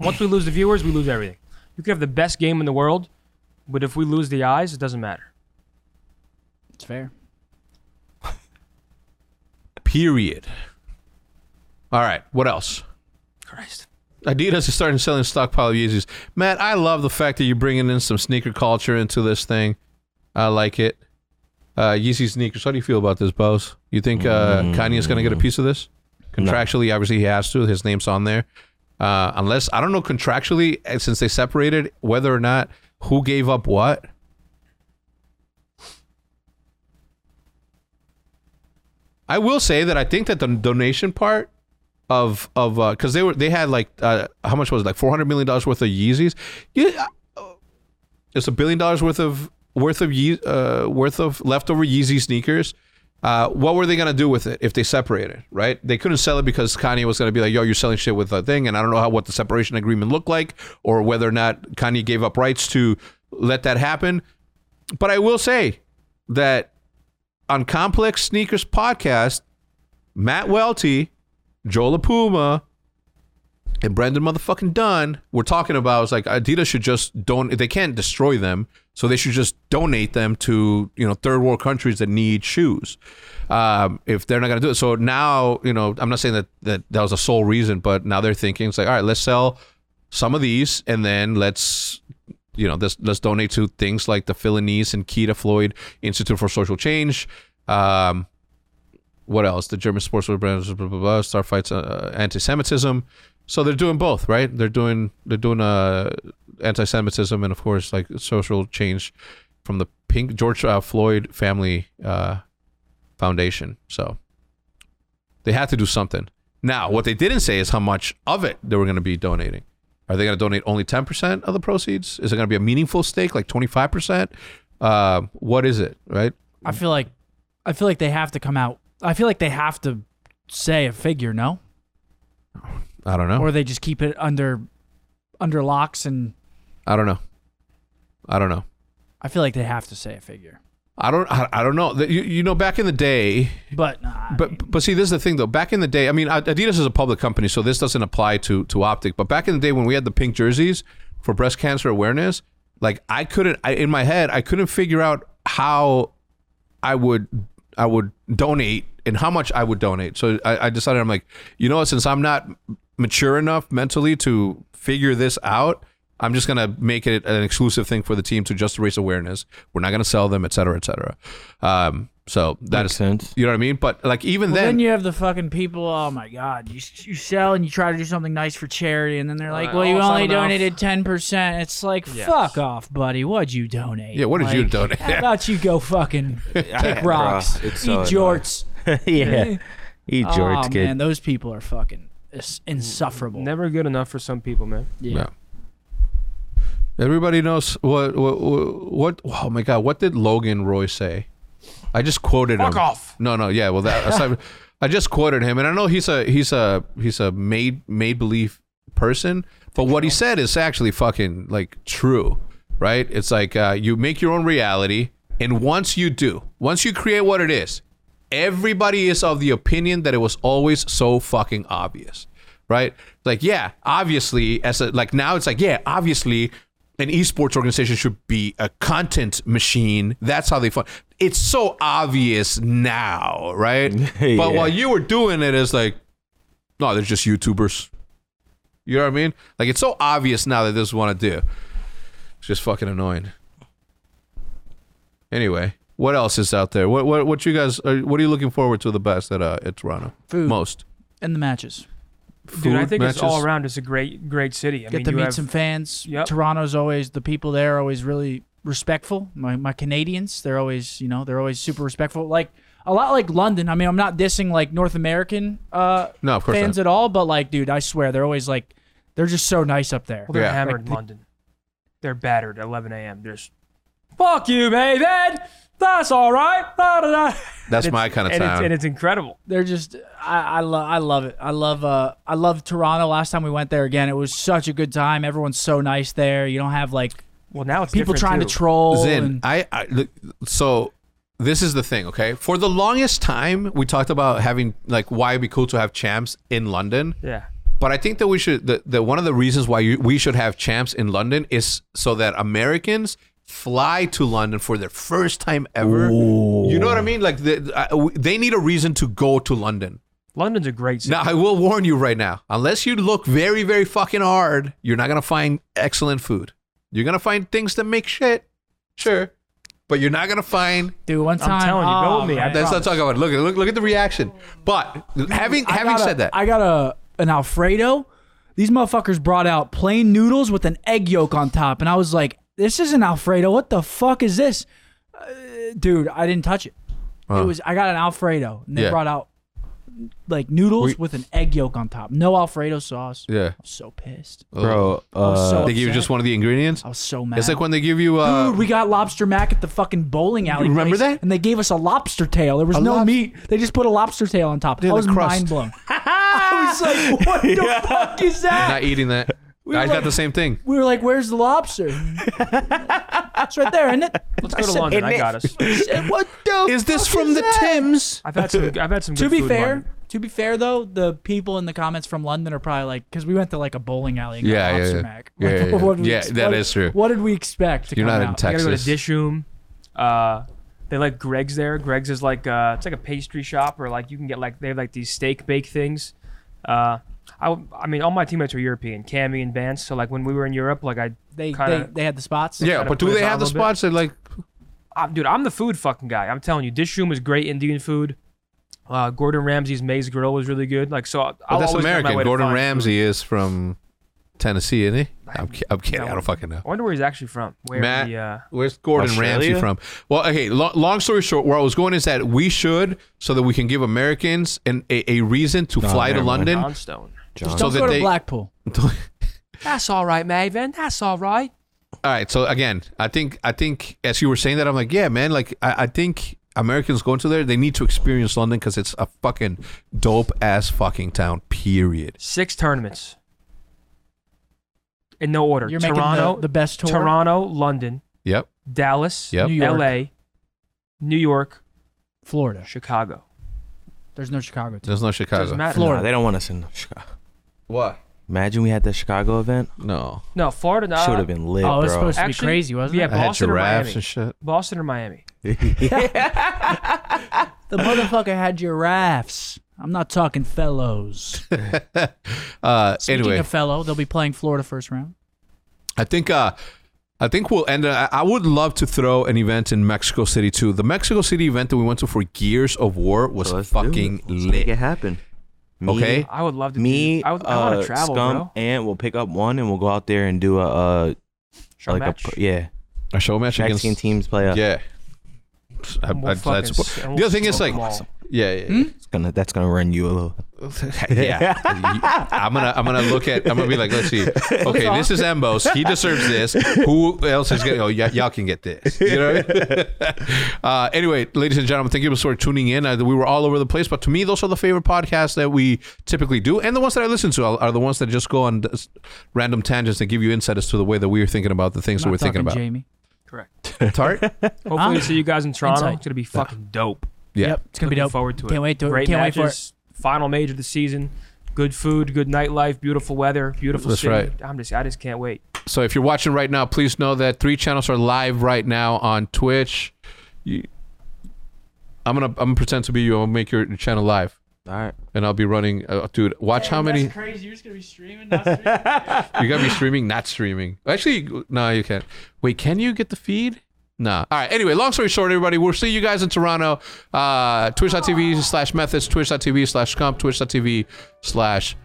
B: Once we lose the viewers, we lose everything. You could have the best game in the world, but if we lose the eyes, it doesn't matter.
A: It's fair.
D: Period. All right. What else?
B: Christ.
D: Adidas is starting selling stockpile of Yeezys. Matt, I love the fact that you're bringing in some sneaker culture into this thing. I like it. Uh, Yeezy sneakers. How do you feel about this, Bose? You think uh, Kanye's gonna get a piece of this? Contractually, obviously he has to. His name's on there. Uh, unless I don't know contractually, uh, since they separated, whether or not who gave up what. I will say that I think that the donation part of of because they were they had like uh, how much was it? like four hundred million dollars worth of Yeezys. Yeah, it's a billion dollars worth of worth of Ye- uh, worth of leftover Yeezy sneakers. Uh, what were they gonna do with it if they separated? Right, they couldn't sell it because Kanye was gonna be like, "Yo, you're selling shit with a thing," and I don't know how what the separation agreement looked like, or whether or not Kanye gave up rights to let that happen. But I will say that on Complex Sneakers podcast, Matt Welty, Joel Apuma, and Brendan motherfucking Dunn were talking about it's like Adidas should just don't they can't destroy them, so they should just donate them to you know third world countries that need shoes. Um, if they're not gonna do it, so now you know I'm not saying that that that was the sole reason, but now they're thinking it's like all right, let's sell some of these and then let's you know let's let's donate to things like the Philanese and Keita Floyd Institute for Social Change. Um, what else? The German sports were brands, blah blah blah. Star fights uh, anti-Semitism. So they're doing both, right? They're doing they're doing uh, anti-Semitism and of course like social change from the Pink George uh, Floyd Family uh, Foundation. So they had to do something. Now, what they didn't say is how much of it they were going to be donating. Are they going to donate only ten percent of the proceeds? Is it going to be a meaningful stake, like twenty five percent? Uh, What is it, right?
A: I feel like I feel like they have to come out. I feel like they have to say a figure, no?
D: I don't know.
A: Or they just keep it under under locks and
D: I don't know. I don't know.
A: I feel like they have to say a figure.
D: I don't. I, I don't know. The- You, you know, back in the day,
A: But uh,
D: but but see, this is the thing though. Back in the day, I mean, Adidas is a public company, so this doesn't apply to to Optic. But back in the day, when we had the pink jerseys for breast cancer awareness, like I couldn't. I, in my head, I couldn't figure out how I would I would donate and how much I would donate. So I, I decided I'm like, you know what, since I'm not mature enough mentally to figure this out, I'm just gonna make it an exclusive thing for the team to just raise awareness. We're not gonna sell them, et cetera, et cetera. Um, so that
C: Makes
D: is-
C: sense.
D: You know what I mean? But like even
A: Well,
D: then,
A: then, you have the fucking people. Oh my god, you you sell and you try to do something nice for charity, and then they're like,
B: Uh,
A: "Well,
B: oh,
A: you
B: it's not
A: only
B: enough."
A: donated ten percent." It's like,
B: Yes.
A: fuck off, buddy. What'd you donate?
D: yeah, what did you
A: Like,
D: donate?
A: How about you go fucking kick rocks,
C: Bro, it's
A: eat
C: so
A: jorts?
C: yeah. Eat George,
A: oh
C: kid.
A: man, those people are fucking ins- insufferable.
B: Never good enough for some people, man.
A: yeah.
D: Everybody knows what what what. Oh my god, what did Logan Roy say? I just quoted him.
B: Fuck off.
D: No, no, yeah. Well, that aside, I just quoted him, and I know he's a he's a he's a made made believe person, but what he said is actually fucking like true, right? It's like uh, you make your own reality, and once you do, once you create what it is, everybody is of the opinion that it was always so fucking obvious, right? Like, yeah, obviously, as a, like now it's like, yeah, obviously, an esports organization should be a content machine. That's how they fund. It's so obvious now, right? But while you were doing it, it's like, no, they're just YouTubers. You know what I mean? Like, it's so obvious now that this is what I do. It's just fucking annoying. Anyway, what else is out there? What what what you guys? Are, what are you looking forward to the best at uh, at Toronto?
A: Food.
D: Most.
A: And the matches.
B: Dude, I
D: Food
B: think it's all
D: matches?
B: around. It's a great, great city. I
A: Get
B: mean,
A: to
B: you
A: meet
B: have,
A: some fans.
B: Yep.
A: Toronto's always the people there are always really respectful. My my Canadians, they're always you know they're always super respectful. Like a lot like London. I mean, I'm not dissing like North American uh,
D: No, of course
A: fans
D: not.
A: at all, but like, dude, I swear they're always like they're just so nice up there.
B: Well, they're
D: Yeah.
B: hammered in London. They're battered at 11 a.m. There's, fuck you, baby. That's all right. Da, da, da.
D: That's
B: And
D: my
B: it's-
D: kind of
B: and It's,
D: town.
B: and it's incredible.
A: They're just I I, lo- I love it. I love uh I love Toronto. Last time we went there again, it was such a good time. Everyone's so nice there. You don't have like
B: Well, now it's
A: people
B: different,
A: trying
B: too.
A: to troll.
D: Zen,
A: and-
D: I, I look, so this is the thing, okay? For the longest time, we talked about having like why it'd be cool to have champs in London,
B: Yeah.
D: but I think that we should that, that one of the reasons why you, we should have champs in London is so that Americans fly to London for their first time ever. You know what I mean? Like the, I, we- they need a reason to go to London.
B: London's a great city.
D: Now, I will warn you right now. Unless you look very, very fucking hard, you're not gonna find excellent food. You're gonna find things that make shit. Sure, But you're not gonna find.
A: Dude, one time.
B: telling you, go
A: oh,
B: with me. I
A: man.
B: bet-
D: That's not talking about. Look at look, look at the reaction. But having
A: I
D: having
A: got a-
D: said that,
A: I got a an Alfredo. These motherfuckers brought out plain noodles with an egg yolk on top, and I was like, "This isn't Alfredo. What the fuck is this, Uh, dude?" I didn't touch it. It was I got an Alfredo, and they
D: Yeah.
A: brought out like noodles
D: We-
A: with an egg yolk on top. No Alfredo sauce.
D: yeah,
A: I'm so pissed.
C: bro.
A: was
C: Uh,
A: so-
D: they give you just one of the ingredients.
A: I was so mad.
D: It's like when they give you uh,
A: Dude, we got lobster mac at the fucking bowling alley.
D: remember
A: place,
D: that?
A: And they gave us a lobster tail. There was no
D: lobs-
A: meat. They just put a lobster tail on top. I
D: the
A: was
D: crust.
A: mind blown. I was like, what the fuck is that?
D: not eating that.
A: were
D: I
A: like-
D: got the same thing.
A: we were like, "Where's the lobster?" it's right there, isn't it?
B: Let's go to London. I got us.
A: And what the?
D: Is this
A: fuck
D: from
A: is
D: the
A: that?
D: Thames?
B: I've had some. I've had some. Good
A: To be
B: food in
A: fair,
B: London.
A: to be fair though, the people in the comments from London are probably like, because we went to like a bowling alley. And
D: Yeah,
A: got
D: yeah,
A: lobster
D: yeah.
A: mac.
D: Yeah,
A: Like,
D: yeah, yeah.
A: what did we
D: Yeah,
A: ex-
D: that
A: what-
D: is true.
A: What did we expect? To
D: You're
A: come
D: not in
A: out?
B: I gotta go to
D: Texas.
B: Dishoom. Uh, they like Greg's there. Greg's is like uh, it's like a pastry shop, or like you can get like they have like these steak bake things. Uh, I, w- I mean, all my teammates are European, Cammy and Vance. So like when we were in Europe, like I,
A: They, they
B: Kinda-
A: they had the spots.
D: Yeah,
B: gotta
D: but do
B: put us
D: they
B: on
D: have
B: a
D: the
B: little bit.
D: spots that like?
B: I dude, I'm the food fucking guy. I'm telling you, Dishoom is great Indian food. Uh, Gordon Ramsay's Maze Grill was really good. Like so, I-
D: But
B: I'll
D: that's
B: always find my
D: American.
B: way to
D: Gordon
B: find food.
D: Ramsay is from Tennessee, isn't he? I'm, ki- I'm kidding. I
B: No.
D: don't fucking know.
B: I wonder where he's actually from. Where
D: Matt,
B: the uh,
D: where's Gordon Ramsay
C: Australia?
D: from? Well, okay. Lo- long story short, where I was going is that we should, so that we can give Americans an, a, a reason to fly to
C: never mind.
D: London.
B: Johnstone.
A: Just
D: so
A: don't
D: that
A: go to
D: they-
A: Blackpool.
B: That's all right, Maven. That's all right.
D: All right. So again, I think I think as you were saying that, I'm like, yeah, man. Like I, I think Americans going to there, they need to experience London because it's a fucking dope ass fucking town. Period.
B: Six tournaments. In no order.
A: You're making
B: Toronto,
A: the, the best tour.
B: Toronto, London,
D: Yep.
B: Dallas,
D: Yep.
A: New York,
B: LA, New York,
A: Florida.
B: Chicago.
A: There's no Chicago. Team.
D: There's no
B: Doesn't
D: Chicago.
B: matter.
A: Florida.
C: nah, they don't want us in Chicago.
D: What?
C: Imagine we had the Chicago event.
D: No.
B: No, Florida. Nah.
C: Should have been lit,
A: oh, it's
C: bro.
A: supposed to be
B: Actually,
A: crazy, wasn't
B: yeah,
A: it?
D: I had
B: Boston or
D: giraffes
B: Miami?
D: and shit.
B: Boston or Miami.
A: The motherfucker had giraffes. I'm not talking fellows.
D: Uh,
A: Speaking
D: anyway,
A: of fellow, they'll be playing Florida first round.
D: I think uh, I think we'll end. uh, I I would love to throw an event in Mexico City too. The Mexico City event that we went to for Gears of War was
C: So let's do it.
D: fucking
C: Let's Make it
D: lit.
C: happen. Me,
D: Okay.
B: I would love to.
C: Me,
B: do, I, would, I
C: uh,
B: want to travel,
C: Scum,
B: bro.
C: and we'll pick up one, and we'll go out there and do a uh,
B: Show
C: like
B: match.
C: a yeah
D: A show match against
C: Mexican teams play up.
D: Yeah. I,
B: And we'll
D: I'd- I'd
B: fucking
D: support-
B: s-
D: The
B: and we'll
D: other thing is
B: smoke
D: like,
B: them all.
D: yeah, yeah, yeah.
C: It's gonna that's gonna run you a little.
D: yeah. I'm gonna I'm gonna look at I'm gonna be like, let's see. Okay, this is Embos. He deserves this. Who else is gonna? Oh, y- y'all can get this. You know. What I mean? uh, anyway, ladies and gentlemen, thank you for tuning in. Uh, we were all over the place, but to me, those are the favorite podcasts that we typically do, and the ones that I listen to are, are the ones that just go on s- random tangents and give you insight as to the way that we're thinking about the things that
A: Not
D: we're
A: talking
D: thinking about.
A: Jamie.
B: Correct.
D: Tart.
B: Hopefully, see you guys in Toronto.
A: Inside.
B: It's gonna be fucking dope.
D: Yeah.
A: Yep, it's gonna be
B: Looking
A: dope.
B: Forward to it.
A: Can't wait to
B: Great
A: Can't
B: matches.
A: wait for it.
B: Final major of the season. Good food. Good nightlife. Beautiful weather. Beautiful
D: That's
B: city.
D: right.
B: I'm just. I just can't wait.
D: So if you're watching right now, please know that three channels are live right now on Twitch. You, I'm gonna I'm gonna pretend to be you. I'll make your channel live,
C: All right.
D: and I'll be running. Uh, dude, watch how many.
A: crazy. You're just gonna be streaming. Not streaming.
D: You gotta be streaming, not streaming. Actually, no, you can't. Wait, can you get the feed? Nah. All right. Anyway, long story short, everybody, we'll see you guys in Toronto. Uh, Twitch.tv slash methods, Twitch.tv slash comp, Twitch.tv slash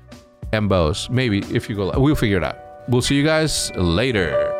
D: embos. Maybe if you go, li- we'll figure it out. We'll see you guys later.